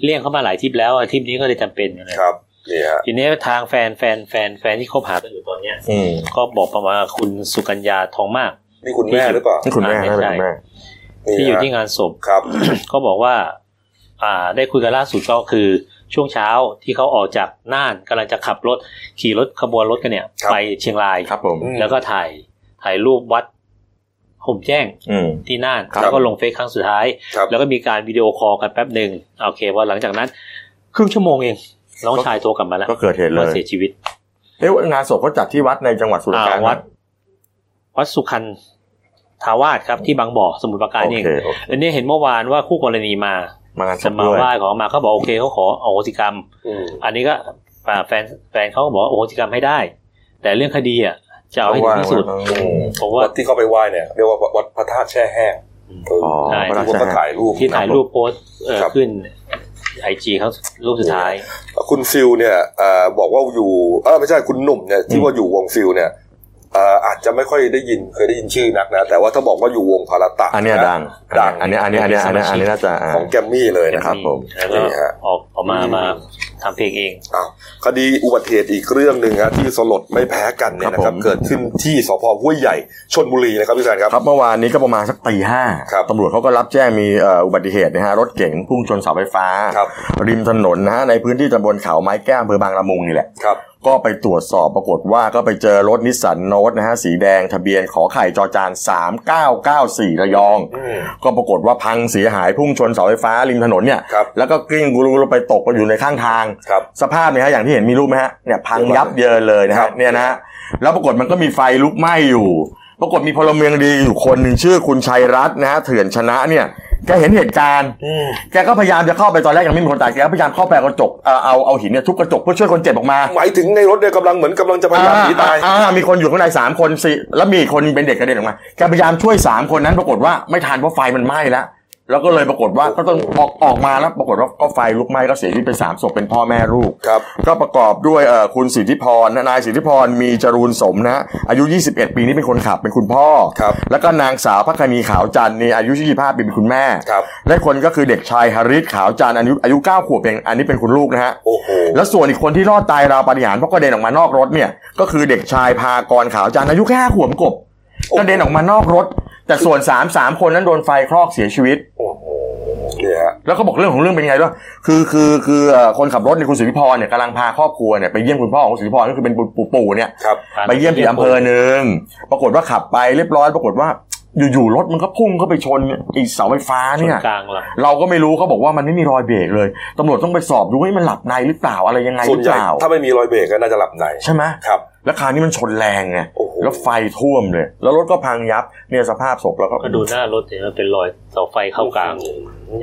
I: เลี่ยงเข้ามาหลายทริปแล้วอะทริปนี้ก็เลยจำเป็นอะไร
A: ครับเนี่ยฮะ
I: ทีนี้ทางแฟนแฟนแฟนแฟนที่คบหากันอยู่ตอนเนี้ย
B: อืม
I: ก็บอกประมาณคุณสุกัญญาทองมาก
A: นี่คุณแม่หรือเปล่า
B: นี่คุณแม่
I: ไม่
B: นะ
I: ใช่
B: เป็นคุณ
A: นี่
B: แม่
A: ฮะ
I: ที่อยู่ที่งานศพ
A: ครับ
I: ก็บอกว่า อ่า ได้คุยกันล่าสุดก็คือช่วงเช้าที่เขาออกจากน่านกำลังจะขับรถขี่รถขบวนรถกันเนี่ย
A: ครับ
I: ไปเชียงราย
B: ครับผม
A: อืม
I: แล้วก็ถ่ายถ่ายรูปวัดห่มแจ้ง
B: อืม
I: ที่น่าน
B: ครับ
I: แล้วก็ลงเฟซครั้งสุดท้าย
A: ครับ
I: แล้วก็มีการวิดีโอคอลกันแป๊บหนึ่งโอเคพอหลังจากนั้น ครึ่งชั่วโมงเอง น้องชายโทรกลับมาแล้ว
B: ก็เกิดเหตุเล
I: ว่าย เสียชีวิต
B: เอ๊ะงานศพก็จัดที่วัดในจังหวัดสุร
I: อ่า
B: การ
I: วัด วัดสุขันทาวาสครับที่บางบ่อสมุทรปราการ
B: โอ
I: นี่เอง
B: เคโอเค
I: อันนี้เห็นเมื่อวานว่าคู่กรณีมา
B: มางานศ
I: จะ
B: พ
I: มา
B: ด้วย
I: ไหว้ขอมาเขาบอกโอเคเขาขออโหสิกรรม
A: อืม
I: อันนี้ก็อ่าแฟนแฟนเขาก็บอกว่าอโหสิกรรมให้ได้ แต่เรื่องคดีอ่ะจะเอาให้ถึงที่สุด
B: อืม
I: เพราะว่า
A: วัดที่เขาไปไหว้เนี่ยเรียกว่าวัดพระธาตุแช่แห้งเออ
B: อ๋อ
I: ใช่
B: พระ
A: ทุคน
B: ราก ช
A: ก็
B: ทาน
A: ถ่ายรูป
I: ที่ถ่ายรูปโพสต์เอ่อ
A: ครับ
I: ขึ้นไอจีเขารูปสุดท้าย
A: คุณฟิลเนี่ยเอ่อบอกว่าอยู่เออไม่ใช่คุณหนุ่มเนี่ยที่ว่าอยู่วงฟิลเนี่ยเอ่ออาจจะไม่ค่อยได้ยินเคยได้ยินชื่อนักนะ แต่ว่าถ้าบอกว่าอยู่วงพาราตะ
B: อันเนี้ยดัง
A: ดัง
B: อันเนี้ยอันเนี้ยอันเนี้ยอันเนี้ยอันเนี้ยน่าจะอ่า
A: ของแกรมมี่เลยนะ
B: ค
A: ค
B: รั
A: รั
B: บบ ผม
I: แล้วก็
A: นี่ฮะ
I: ออกออกมามาทำเพลงเอง
A: อ้าวคดีอุบัติเหตุอีกเรื่องหนึ่งฮะที่สลดไม่แพ้กันเนี่ยนะค
B: ครั
A: รั
B: บบ ผม
A: เกิดขึ้นที่สพห้วยใหญ่ชนบุรีนะครับพี่แซนครับ
B: ครับเมื่อวานนี้ก็ประมาณสักตีห้า
A: ครับ
B: ตำรวจเขาก็รับแจ้งมีเอ่ออุบัติเหตุนะฮะรถเก๋งพุ่งชนเสาไฟฟ้า
A: ครับ
B: ริมถนนนะฮะในพื้นที่ตำบลเขาไม้แก้วอำเภอบางละมุงนี่แหละ
A: ครับ
B: ก็ไปตรวจสอบปรากฏว่าก็ไปเจอรถนิสสันโนตนะฮะสีแดงทะเบียนขอไข่จอจาน 3994 ระยอง
A: อืม
B: ก็ปรากฏว่าพังเสียหายพุ่งชนเสาไฟฟ้าริมถนนเนี่ย
A: ครับ
B: แล้วก็กลิ้งกรูลงไปตกไปอยู่ในข้างทาง
A: ครับ
B: สภาพเนี่ยฮะอย่างที่เห็นมีรูปไหมฮะเนี่ยพังยับเยินเลยนะ
A: ครั
B: ฮะ
A: บ
B: เนี่ยนะฮะแล้วปรากฏมันก็มีไฟลุกไหม้อยู่ ปรากฏมีพลเมืองดีอยู่คนหนึ่งชื่อคุณชัยรัตน์นะฮะเถื่อนชนะเนี่ยแกเห็นเหตุการณ์ แกก็พยายามจะเข้าไปตอนแรกยังไม่มีคนตายแกก็พยายามเข้าไปเอากระจกเอ่อเอาเอาหินเนี่ยทุบกระจกเพื่อช่วยคนเจ็บออกมา
A: หมายถึงในรถเนี่ยกำลังเหมือนกำลังจะพยายามหนีตาย
B: อ่อ่มีคนอยู่ข้างในสามคนสิแล้วมีอีกคนเป็นเด็กกระเด็นออกมาแกพยายามช่วยสามคนนั้นปรากฏว่าไม่ทันเพราะไฟมันไหม้แล้วแล้วก็เลยปรากฏว่าก็ต้องออกออกมาแล้วปรากฏว่าก็ไฟลุกไหม้ก็เสียชีวิตไปสามศพเป็นพ่อแม่ลูก
A: ครับ
B: ก็ประกอบด้วยเอ่อคุณสิทธิพรนะนายสิทธิพรมีจรูนสมนะฮะอายุ 21 ปีนี่เป็นคนขับเป็นคุณพ่อ
A: ครับ
B: แล้วก็นางสาวพัคณีขาวจันทร์นี่อายุ25ปีเป็นคุณแม่
A: ครับ
B: และคนก็คือเด็กชายฮาริสขาวจันทร์อายุอายุ9ขวบเองอันนี้เป็นคุณลูกนะฮะ
A: โอ้โห
B: แล้วส่วนอีกคนที่รอดตายราวปาฏิหาริย์เพราะกระเด็นออกมานอกรถเนี่ย ก็คือเด็กชายพากรขาวจันทร์อายุแค่ห้าขวบกบกระเด็นออกมานอกรถ แต่ส่วนสามสามคนนั้นโดนไฟคลอกเสียชีวิต
A: โอ้โหเนี่ยฮะ
B: แล้วก็บอกเรื่องของเรื่องเป็นไงด้วยคือคือคือเอ่อคนขับรถเนี่ยคุณสุธิพรเนี่ยกำลังพาครอบครัวเนี่ยไปเยี่ยมคุณพ่อของคุณสุธิพรก็คือเป็นปู่ปู่เนี่ย
A: ครับ
B: ไปเยี่ยมที่อำเภอหนึ่งปรากฏว่าขับไปเรียบร้อย ปรากฏว่าอยู่ๆรถมันก็พุ่งเข้าไปชนอีเสาไฟฟ้า
I: ส่ว
B: เนี่ย
I: นกลางหลัง
B: เราก็ไม่รู้เขาบอกว่ามันไม่มีรอยเบรกเลยตำรวจต้องไปสอบดูว่ามันหลับในหรือเปล่าอะไรยังไงห
A: ส่วน
B: รือ
A: ให
B: เป
A: ญ่
B: ล่า
A: ถ้าไม่มีรอยเบรกก็น่าจะหลับใน
B: ใช่ไหม
A: ครับ
B: แล้วคราวนี้มันชนแรงไง
A: โอ้โห
B: แล้วไฟท่วมเลย แล้วรถก็พังยับเนี่ยสภาพศพแล้วก็
I: ก็ดูหน้ารถเห็นมันเป็นรอยเสาไฟเข้ากลาง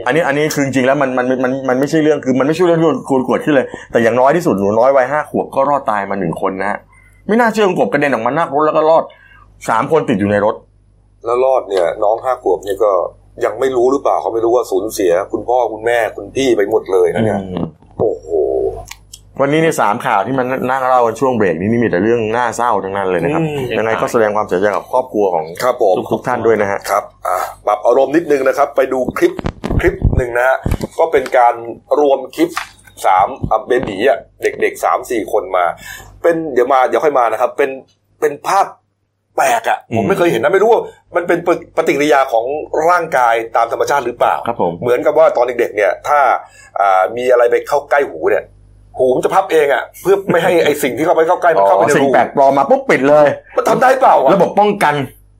B: อันนี้อันนี้คือจริงๆแล้วมันมันมันมันไม่ใช่เรื่องคือมันไม่ใช่เรื่องที่ควรกวดขึ้นเลย แต่อย่างน้อยที่สุดหนูน้อยวัยห้าขวบก็รอดตายมาหนึ่งคนนะฮะไม่น่าเชื่อคุณกบกระเด็นออกมานอกรถแล้วก็รอดสามคนติดอยู่ในรถ
A: แล้วรอดเนี่ย น้องห้าขวบเนี่ยก็ยังไม่รู้หรือเปล่าเขาไม่รู้ว่าสูญเสีย คุณพ่อคุณแม่คุณพี่ไปหมดเลยนะเนี่ยโอ้โห
B: วันนี้ในสามข่าวที่มันนั่งเล่ากันช่วงเบรกนี้นี่มีแต่เรื่องน่าเศร้าทั้งนั้นเลยนะครับ
A: อืม
B: ยังไงก็แสดงความเสียใจกับครอบครัวของ
A: ครับผม
B: ทุกท่านด้วยนะฮะ
A: ครับอ่ะปรับอารมณ์นิดนึงนะครับ ไปดูคลิปคลิปหนึ่งนะฮะ ก็เป็นการรวมคลิปสามอ่ะเบบีอ่ะเด็กๆสามสี่คนมา เป็นเดี๋ยวมาเดี๋ยวค่อยมานะครับ เป็นเป็นภาพแปลกอ่ะ ผมไม่เคยเห็นนะไม่รู้ว่ามันเป็นปฏิปฏิกิริยาของร่างกายตามธรรมชาติหรือเปล่า
B: ครับผม
A: เหมือนกับว่าตอนเด็กๆเนี่ย ถ้าอ่ามีอะไรไปเข้าใกล้หูเนี่ย หูมันจะพับเองอ่ะ เพื่อไม่ให้ไอสิ่งที่เข้าไปเข้าใกล้มันเข้าไป
B: อ๋อ
A: ใน
B: สิ่ง
A: รู
B: แปลกปลอมมาปุ๊บปิดเลย
A: มันทำได้เปล่าอ่ะ
B: ระบบป้องกัน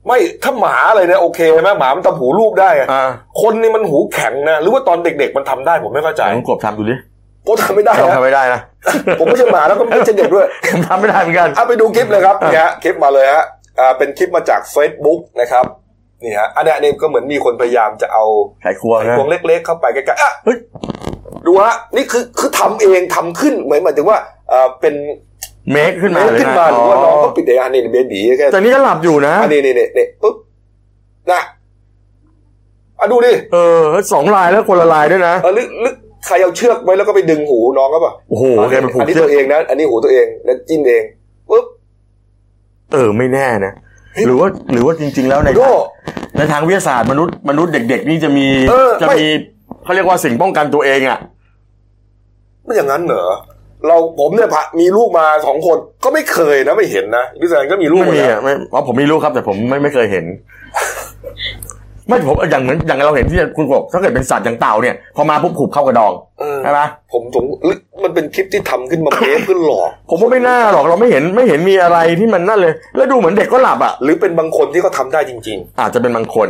A: ไม่ถ้าหมาอะไรเนี่ยโอเคใช่ไหมหมามันทำหูรูปได้อ่ะ
B: อ่า
A: คนนี่มันหูแข็งนะ หรือว่าตอนเด็กๆมันทำได้ผมไม่เข้าใจ
B: ไหนคุณกบทำดูดิ
A: ก็ทำไม่ได้
B: เรา
A: นะ
B: ทำไม่ได้นะ
A: ผมไม่ใช่หมาแล้วก็ไม่ใช่เด็กด้วย
B: ผมทำไม่ได้เหมือนกัน
A: เอาไปดูคลิปเลยครับเนี่ยฮะคลิปมาเลยฮะอ่าเป็นคลิปมาจาก Facebook นะครับนี่ฮะอันเนี้ยเนี่ยก็เหมือนมีคนพยายามจะเอา
B: ไขควง
A: ไอ้
B: นะ
A: พวงเล็ก ๆ เข้าไปใกล้ๆอ่ะ
B: เฮ้ย
A: ดูฮะนี่คือคือทำเองทำขึ้นเหมือนหมายถึงว่าอ่าเป็น
B: เมคขึ้นมาเลย
A: เขึ้น
B: นะ
A: มาหรือว่าน้อง
B: อ๋
A: ก็ปิดไอ้อันนี้เบบีแค่
B: อแต่นี่ก็หลับอยู่นะ
A: อันนี้นี่นี่นี่ปุ๊บนะอ่ะดูดิ
B: เออสองลายแล้วคนละลายด้วยนะ
A: เออลึกลึกใครเอาเชือกไว้แล้วก็ไปดึงหูน้องก็ปล่ะ
B: โอ้โหแกเป็นผู
A: อั
B: ก
A: นนี้
B: เชือ
A: ตัว
B: ก
A: เองนะ อันนี้หูตัวเอง แล้วจิ้นเองปุ๊บ
B: เออไม่แน่นะ หรือว่าหรือว่าจริง ๆ แล้วใน
A: โด่
B: ในทางวิทยาศาสตร์มนุษย์มนุษย์เด็ก ๆ นี่จะมี
A: เออ
B: จะ
A: ไม่
B: มีเขาเรียกว่าสิ่งป้องกันตัวเองอ่ะ
A: ไม่อย่างนั้นเหรอ เราผมเนี่ยผ่ามีลูกมาสองคน ก็ไม่เคยนะไม่เห็นนะพี่แซนก็มีลูก
B: ไม่มี
A: เหอนกั
B: อ่ะ
A: น
B: ไม่อ๋อผมมีลูกครับแต่ผมไม่ไม่เคยเห็น ไม่ผมอย่างเหมือนอย่างเราเห็นที่คุณบอกถ้าเกิดเป็นสัตว์อย่างเต่าเนี่ยพอมาปุ๊บขูบเข้ากระดอง
A: เออ
B: ใช่ไหม
A: ผมสงลึกมันเป็นคลิปที่ทำขึ้นมาเพื่อเพื่อหลอก
B: ผมว่าไม่น่าหรอกเราไม่เห็นไม่เห็นมีอะไรที่มันนั่นเลย แล้วดูเหมือนเด็กก็หลับอ่ะ
A: หรือเป็นบางคนที่เขาทำได้จริง
B: อาจจะเป็นบางคน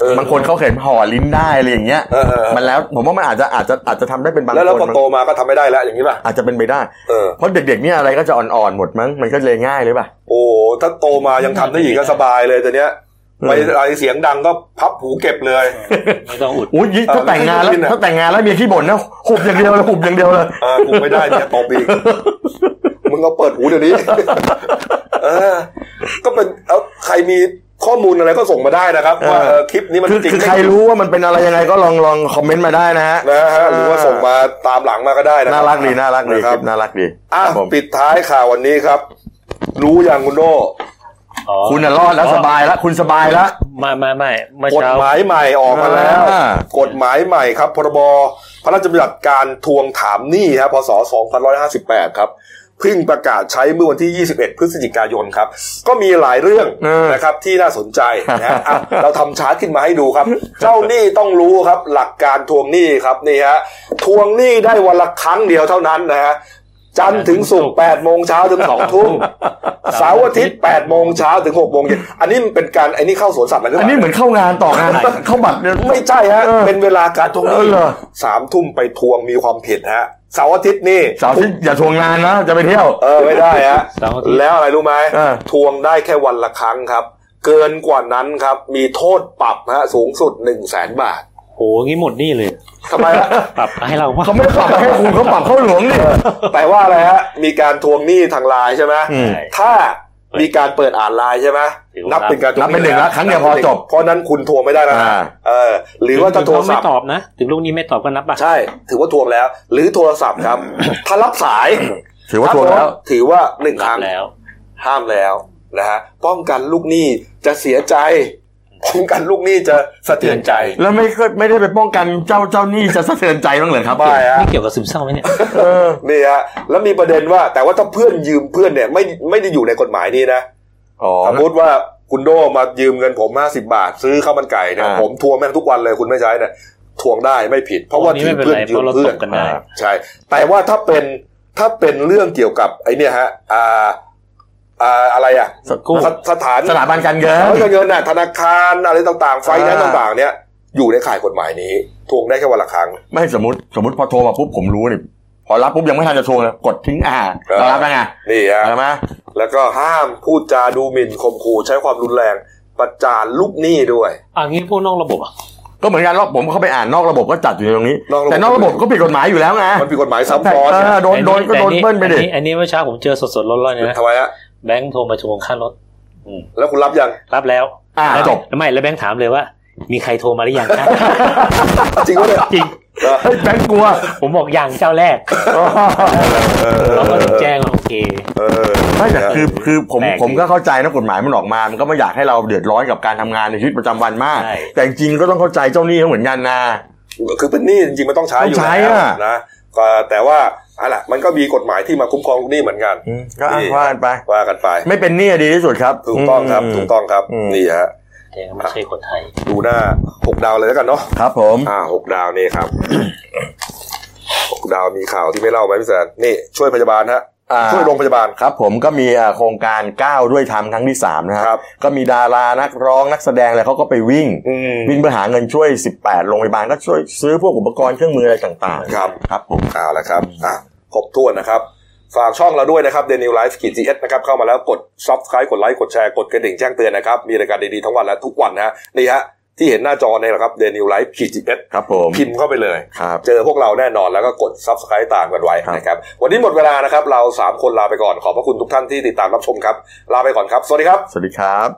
A: เออบ
B: างคนเขาเห็นห่อลิ้นได้อะไรอย่างเงี้ย
A: เออเออเออ
B: มันแล้วผมว่ามันอาจจะอาจจะอาจจะทำได้เป็นบาง
A: ๆ แล้วเรา
B: ค
A: พอน โตมาก็ทำไม่ได้แล้วอย่างนี้ป่ะ
B: อาจจะเป็นไปได้
A: เออ
B: เพราะเด็กๆเนี่ยอะไรก็จะอ่อนๆหมดมั้งมันก็เลยง่ายเลยป่ะ
A: โอ้ถ้าโตมายังทำได้อีกก็สบายเลยแต่เนี้ยไป
B: เออ
A: อะไรเสียงดังก็พับหูเก็บเลย
I: ไม่ต้องอุด
B: อุ้ยถ้าแต่งงานแล้ว
A: เออแล้วก็
B: ถ้าแต่งงานแล้วมีขี้บ่นนะหุบอย่างเดียวเลยหุบอย่างเดียวเลย
A: อ่ากูไม่ได้เมียตบอีก มึงเอาเปิดหูเดี๋ย วนี้ เออ ก็เป็นเอาใครมีข้อมูลอะไรก็ส่งมาได้นะครับ ว่า
B: เออ
A: เออคลิปนี้มัน
B: คือ
A: จริง
B: คือ
A: ไม่
B: ใครรู้ว่ามันเป็นอะไรยังไงก็ลองลองคอมเมนต์มาได้นะฮะ
A: นะฮะหรือว่าส่งมาตามหลังมาก็ได้นะคบ
B: น่ารักดีน่ารักดี
A: ะ
B: ค
A: ค
B: ลิ
A: รับ
B: ปน่ารักดี
A: อ่ะ
B: ครับผม
A: ปิดท้ายข่าววันนี้ครับ รู้อย่างคุณโน่
I: อ๋อ
B: คุณน่ะรอดแล้วสบายแล้วคุณสบายแล้ว
I: ไม่ไม่ไม่เมื่อก
A: ฎ
I: เช้า
A: หมายใหม่ออกมาแล้ว
B: อ่า
A: กฎหมายใหม่ครับ พรบพระราชบัญญัติการทวงถามหนี้ครับพศ2558 ครับ เพิ่งประกาศใช้เมื่อวันที่ 21 พฤศจิกายนครับ ก็มีหลายเรื่อง
B: เออ
A: นะครับที่น่าสนใจนะฮะอ่ะเราทำชาร์ตขึ้นมาให้ดูครับ เจ้าหนี้ต้องรู้ครับ หลักการทวงหนี้ครับนี่ฮะทวงหนี้ได้วันละครั้งเดียวเท่านั้นนะฮะจันทร์ถึงศุกร์8โมงเช้าถึง2ทุ่มเสาร์อาทิตย์8โมงเช้าถึง6โมงเย็นอันนี้มันเป็นการไอ้นี่เข้าสวนสัตว์อะไรหรือเป
B: อัน
A: ล่า
B: นี้เหมือนเข้างานต่องาน
I: ไม่
B: เข้าบัตรเนี่ย
A: ไม่ใช่ฮะ
B: เออ
A: เป็นเวลาการทวงห
B: เออ
A: นี้
B: เหรอ
A: สามทุ่มไปทวงมีความผิดฮะ เสาร์อาทิตย์นี่
B: สาวที่อย่าทวงงานนะจะไปเที่ยว
A: เออไม่ได้ฮะ
I: เสาร์อาทิตย์
A: แล้วอะไรรู้ไหม
B: อ่า
A: ทวงได้แค่วันละครั้งครับ เกินกว่านั้นครับ มีโทษปรับฮะสูงสุดหนึ่งแสนบาท
I: โหงี้หมดหนี่เลย
A: ทำไม ฮะ
I: ปรับให้เราว่า
B: เขาไม่ปรับให้ คุณเขาปรับเข้าหลวงนี่
A: แต่ว่าอะไรฮะ มีการทวงหนี้ทางไลน์ใช่ไหม
B: อืม
I: ใช่
A: ถ้ามีการเปิดอ่านไลน์ใช่ไหม
I: ถือว่านั
A: นับเป็นการทว
B: นับเป็นหนึ่งละครั้งเดียวพอจบ
A: เพราะนั้นคุณทวงไม่ได้แล้วนะ
B: อ่า
A: เออ หรือว่าจะโทรศัพท์
I: ถึงเขไม่ตอบนะ ถึงลูกนี้ไม่ตอบก็นับป่ะ
A: ใช่ ถือว่าทวงแล้ว หรือโทรศัพท์ ครับ ถ้ารับสาย
B: ถือว่าทวงแล้ว
A: ถือว่าหนึ่งค
I: นั
A: รั้
I: บ
A: ง
I: แล้ว
A: ห้ามแล้วนะฮะป้องกันลูกหนี้จะเสียใจป้องกันลูกหนี้จะสะเทือนใจ
B: แล้วไม่เคยไม่ได้ไปป้องกันเจ้าเจ้าหนี่จะสะเทือนใจบ้างเหรอครับ
A: ไม่ฮะ
I: นี่เกี่ยวกับซึมเศร้าไหมเนี่ย
B: เออ
A: นี่ฮะแล้วมีประเด็นว่า แต่ว่าถ้าเพื่อนยืมเพื่อนเนี่ยไม่ไม่ได้อยู่ในกฎหมายนี้นะ
B: อ๋อ
A: สมมติว่าคุณโดมายืมเงินผม 50 บาท ซื้อข้าวมันไก่เนี่ย
B: อ่า
A: ผมทวงแม่งทุกวันเลยคุณไม่ใช้เนี่ยทวงได้ไม่ผิด เพราะว่า
I: อันนี้
A: ถือ
I: ไม่เป็น
A: เพื่อน
I: ไร
A: ยืม
I: เพราะเรา
A: เพื่อ
I: ต
A: น
I: บกันได้
A: อ่าใช่ แต่ว่าถ้าเป็นถ้าเป็นเรื่องเกี่ยวกับไอ้เนี่ยฮะอ่าอ่าอะไรอ่ะ
I: กู้
A: สสถาน
B: สถาบันการเงิน
A: สถบันการเงินน่ะธนาคารอะไรต่างๆ ไฟแนนซ์
B: อ่า
A: ต่างๆ เนี่ย อยู่ในข่ายกฎหมายนี้ทวงได้แค่วันละครั้ง
B: ไม่สมมติสมมติพอโทรมาปุ๊บผมรู้นี่พอรับปุ๊บยังไม่ทันจะโทรเลยกดทิ้งอ่า
A: เออ
B: เรารับแล้วไง
A: นี่ฮะ
B: ใช่ไหม
A: แล้วก็ห้ามพูดจาดูหมิ่นข่มขู่ใช้ความรุนแรงประจานลูกหนี้ด้วย
I: อ่ะงี้พวกนอกระบบอ่ะ
B: ก็เหมือนกันรอบผมเข้าไปอ่านนอกระบบก็จัดอยู่ในตรงนี้
A: นอกระบบ
B: แต่นอกระบบก็ผิดกฎหมายอยู่แล้วไง
A: มันผิดกฎหมายซ้ำซ้อน
B: แต่
A: ไง
B: เออโดนโดนก็
I: แต่
B: โดนเบิ้ลไปดิ
I: อัอันนี้เมื่อเช้าผมเจอสดๆร้อนๆเนี่ยนะ
A: ทำไมฮะ
I: แบงค์โทรมาทวงค่ารถ
A: แล้วคุณรับยัง
I: รับแล้ว
B: อ่า
I: แล้ว
B: จบ
I: แล้วไม่แล้วแบงค์ถามเลยว่า มีใครโทรมาหรือยังครับ
A: จริงวะเนี่ย
I: จริง
A: เออ
B: เฮ้ยแบงค์กลัว
I: ผมบอกยังเจ้าแรก
A: เออ
I: เราก็แจ้งว่าโอเค
A: เออ
B: ไม่แต่คือคือผม
I: แปลกดี
B: ผมก็เข้าใจนะกฎหมายมันออกมา มันก็ไม่อยากให้เราเดือดร้อนกับการทำงานในชีวิตประจำวันมาก
I: ใช่
B: แต่จริงๆก็ต้องเข้าใจเจ้าหนี้เขาเหมือนกันนะ
A: คือเป็นหนี้จริงๆมันต้องใช้อยู่
B: ต้องใช้
A: แล้ว
B: อะ
A: นะก็แต่ว่าอะล่ะมันก็มีกฎหมายที่มาคุ้มครองลูกหนี้เหมือนกัน
B: ก็อ้างว่ากันไป
A: ว่ากันไป
B: ไม่เป็นหนี้ดีที่สุดครับ
A: ถูกต้องครับ
B: ม
A: ถูกต้องครับ
B: อืม
A: นี่ฮะ
I: แต่ก็ไม่ใช่คนไทย
A: ดูหน้าหกดาวเลยแล้วกันเนาะ
B: ครับผม
A: อ่าหกดาวนี่ครับ หกดาวมีข่าวที่ไม่เล่าไหมพี่แซนนี่ช่วยพยาบาลฮะ
B: อ่า
A: ช่วยโรงพยาบาล
B: ครับผมก็มีอ่าโครงการก้าวด้วยธรรมครั้งที่ 3 นะค
A: ครั
B: รับ บ ก็มีดารานักร้องนักแสดงอะไรเขาก็ไปวิ่ง
A: อืม
B: วิ่งเพื่อหาเงินช่วย 18 โรงพยาบาลก็ช่วยซื้อพวกอุปกรณ์เครื่องมืออะไรต่างๆ
A: ครับ
B: ครับผม
A: เอาละครับอ่ะครบถ้วนนะครับ ฝากช่องเราด้วยนะครับเดนิวไลฟ์กีจีเอสนะครับเข้ามาแล้วกดซับสไครต์กดไลค์กดแชร์กดกระดิ่งแจ้งเตือนนะครับ มีรายการดีๆทั้งวันและทุกวันนะฮะนี่ฮะที่เห็นหน้าจอเนี่ยแหละครับเดนิวไลฟ์กีจีเอส
B: ครับผม
A: พิมพ์เข้าไปเลย
B: ครับ
A: เจอพวกเราแน่นอนแล้วก็กดซับสไครต์ตามกันไว้
B: ครับ
A: นะครับ วันนี้หมดเวลานะครับ เรา 3 คนลาไปก่อนขอบพระคุณทุกท่านที่ติดตามรับชมครับ ลาไปก่อนครับ สวัสดีครับ
B: สวัสดีครับ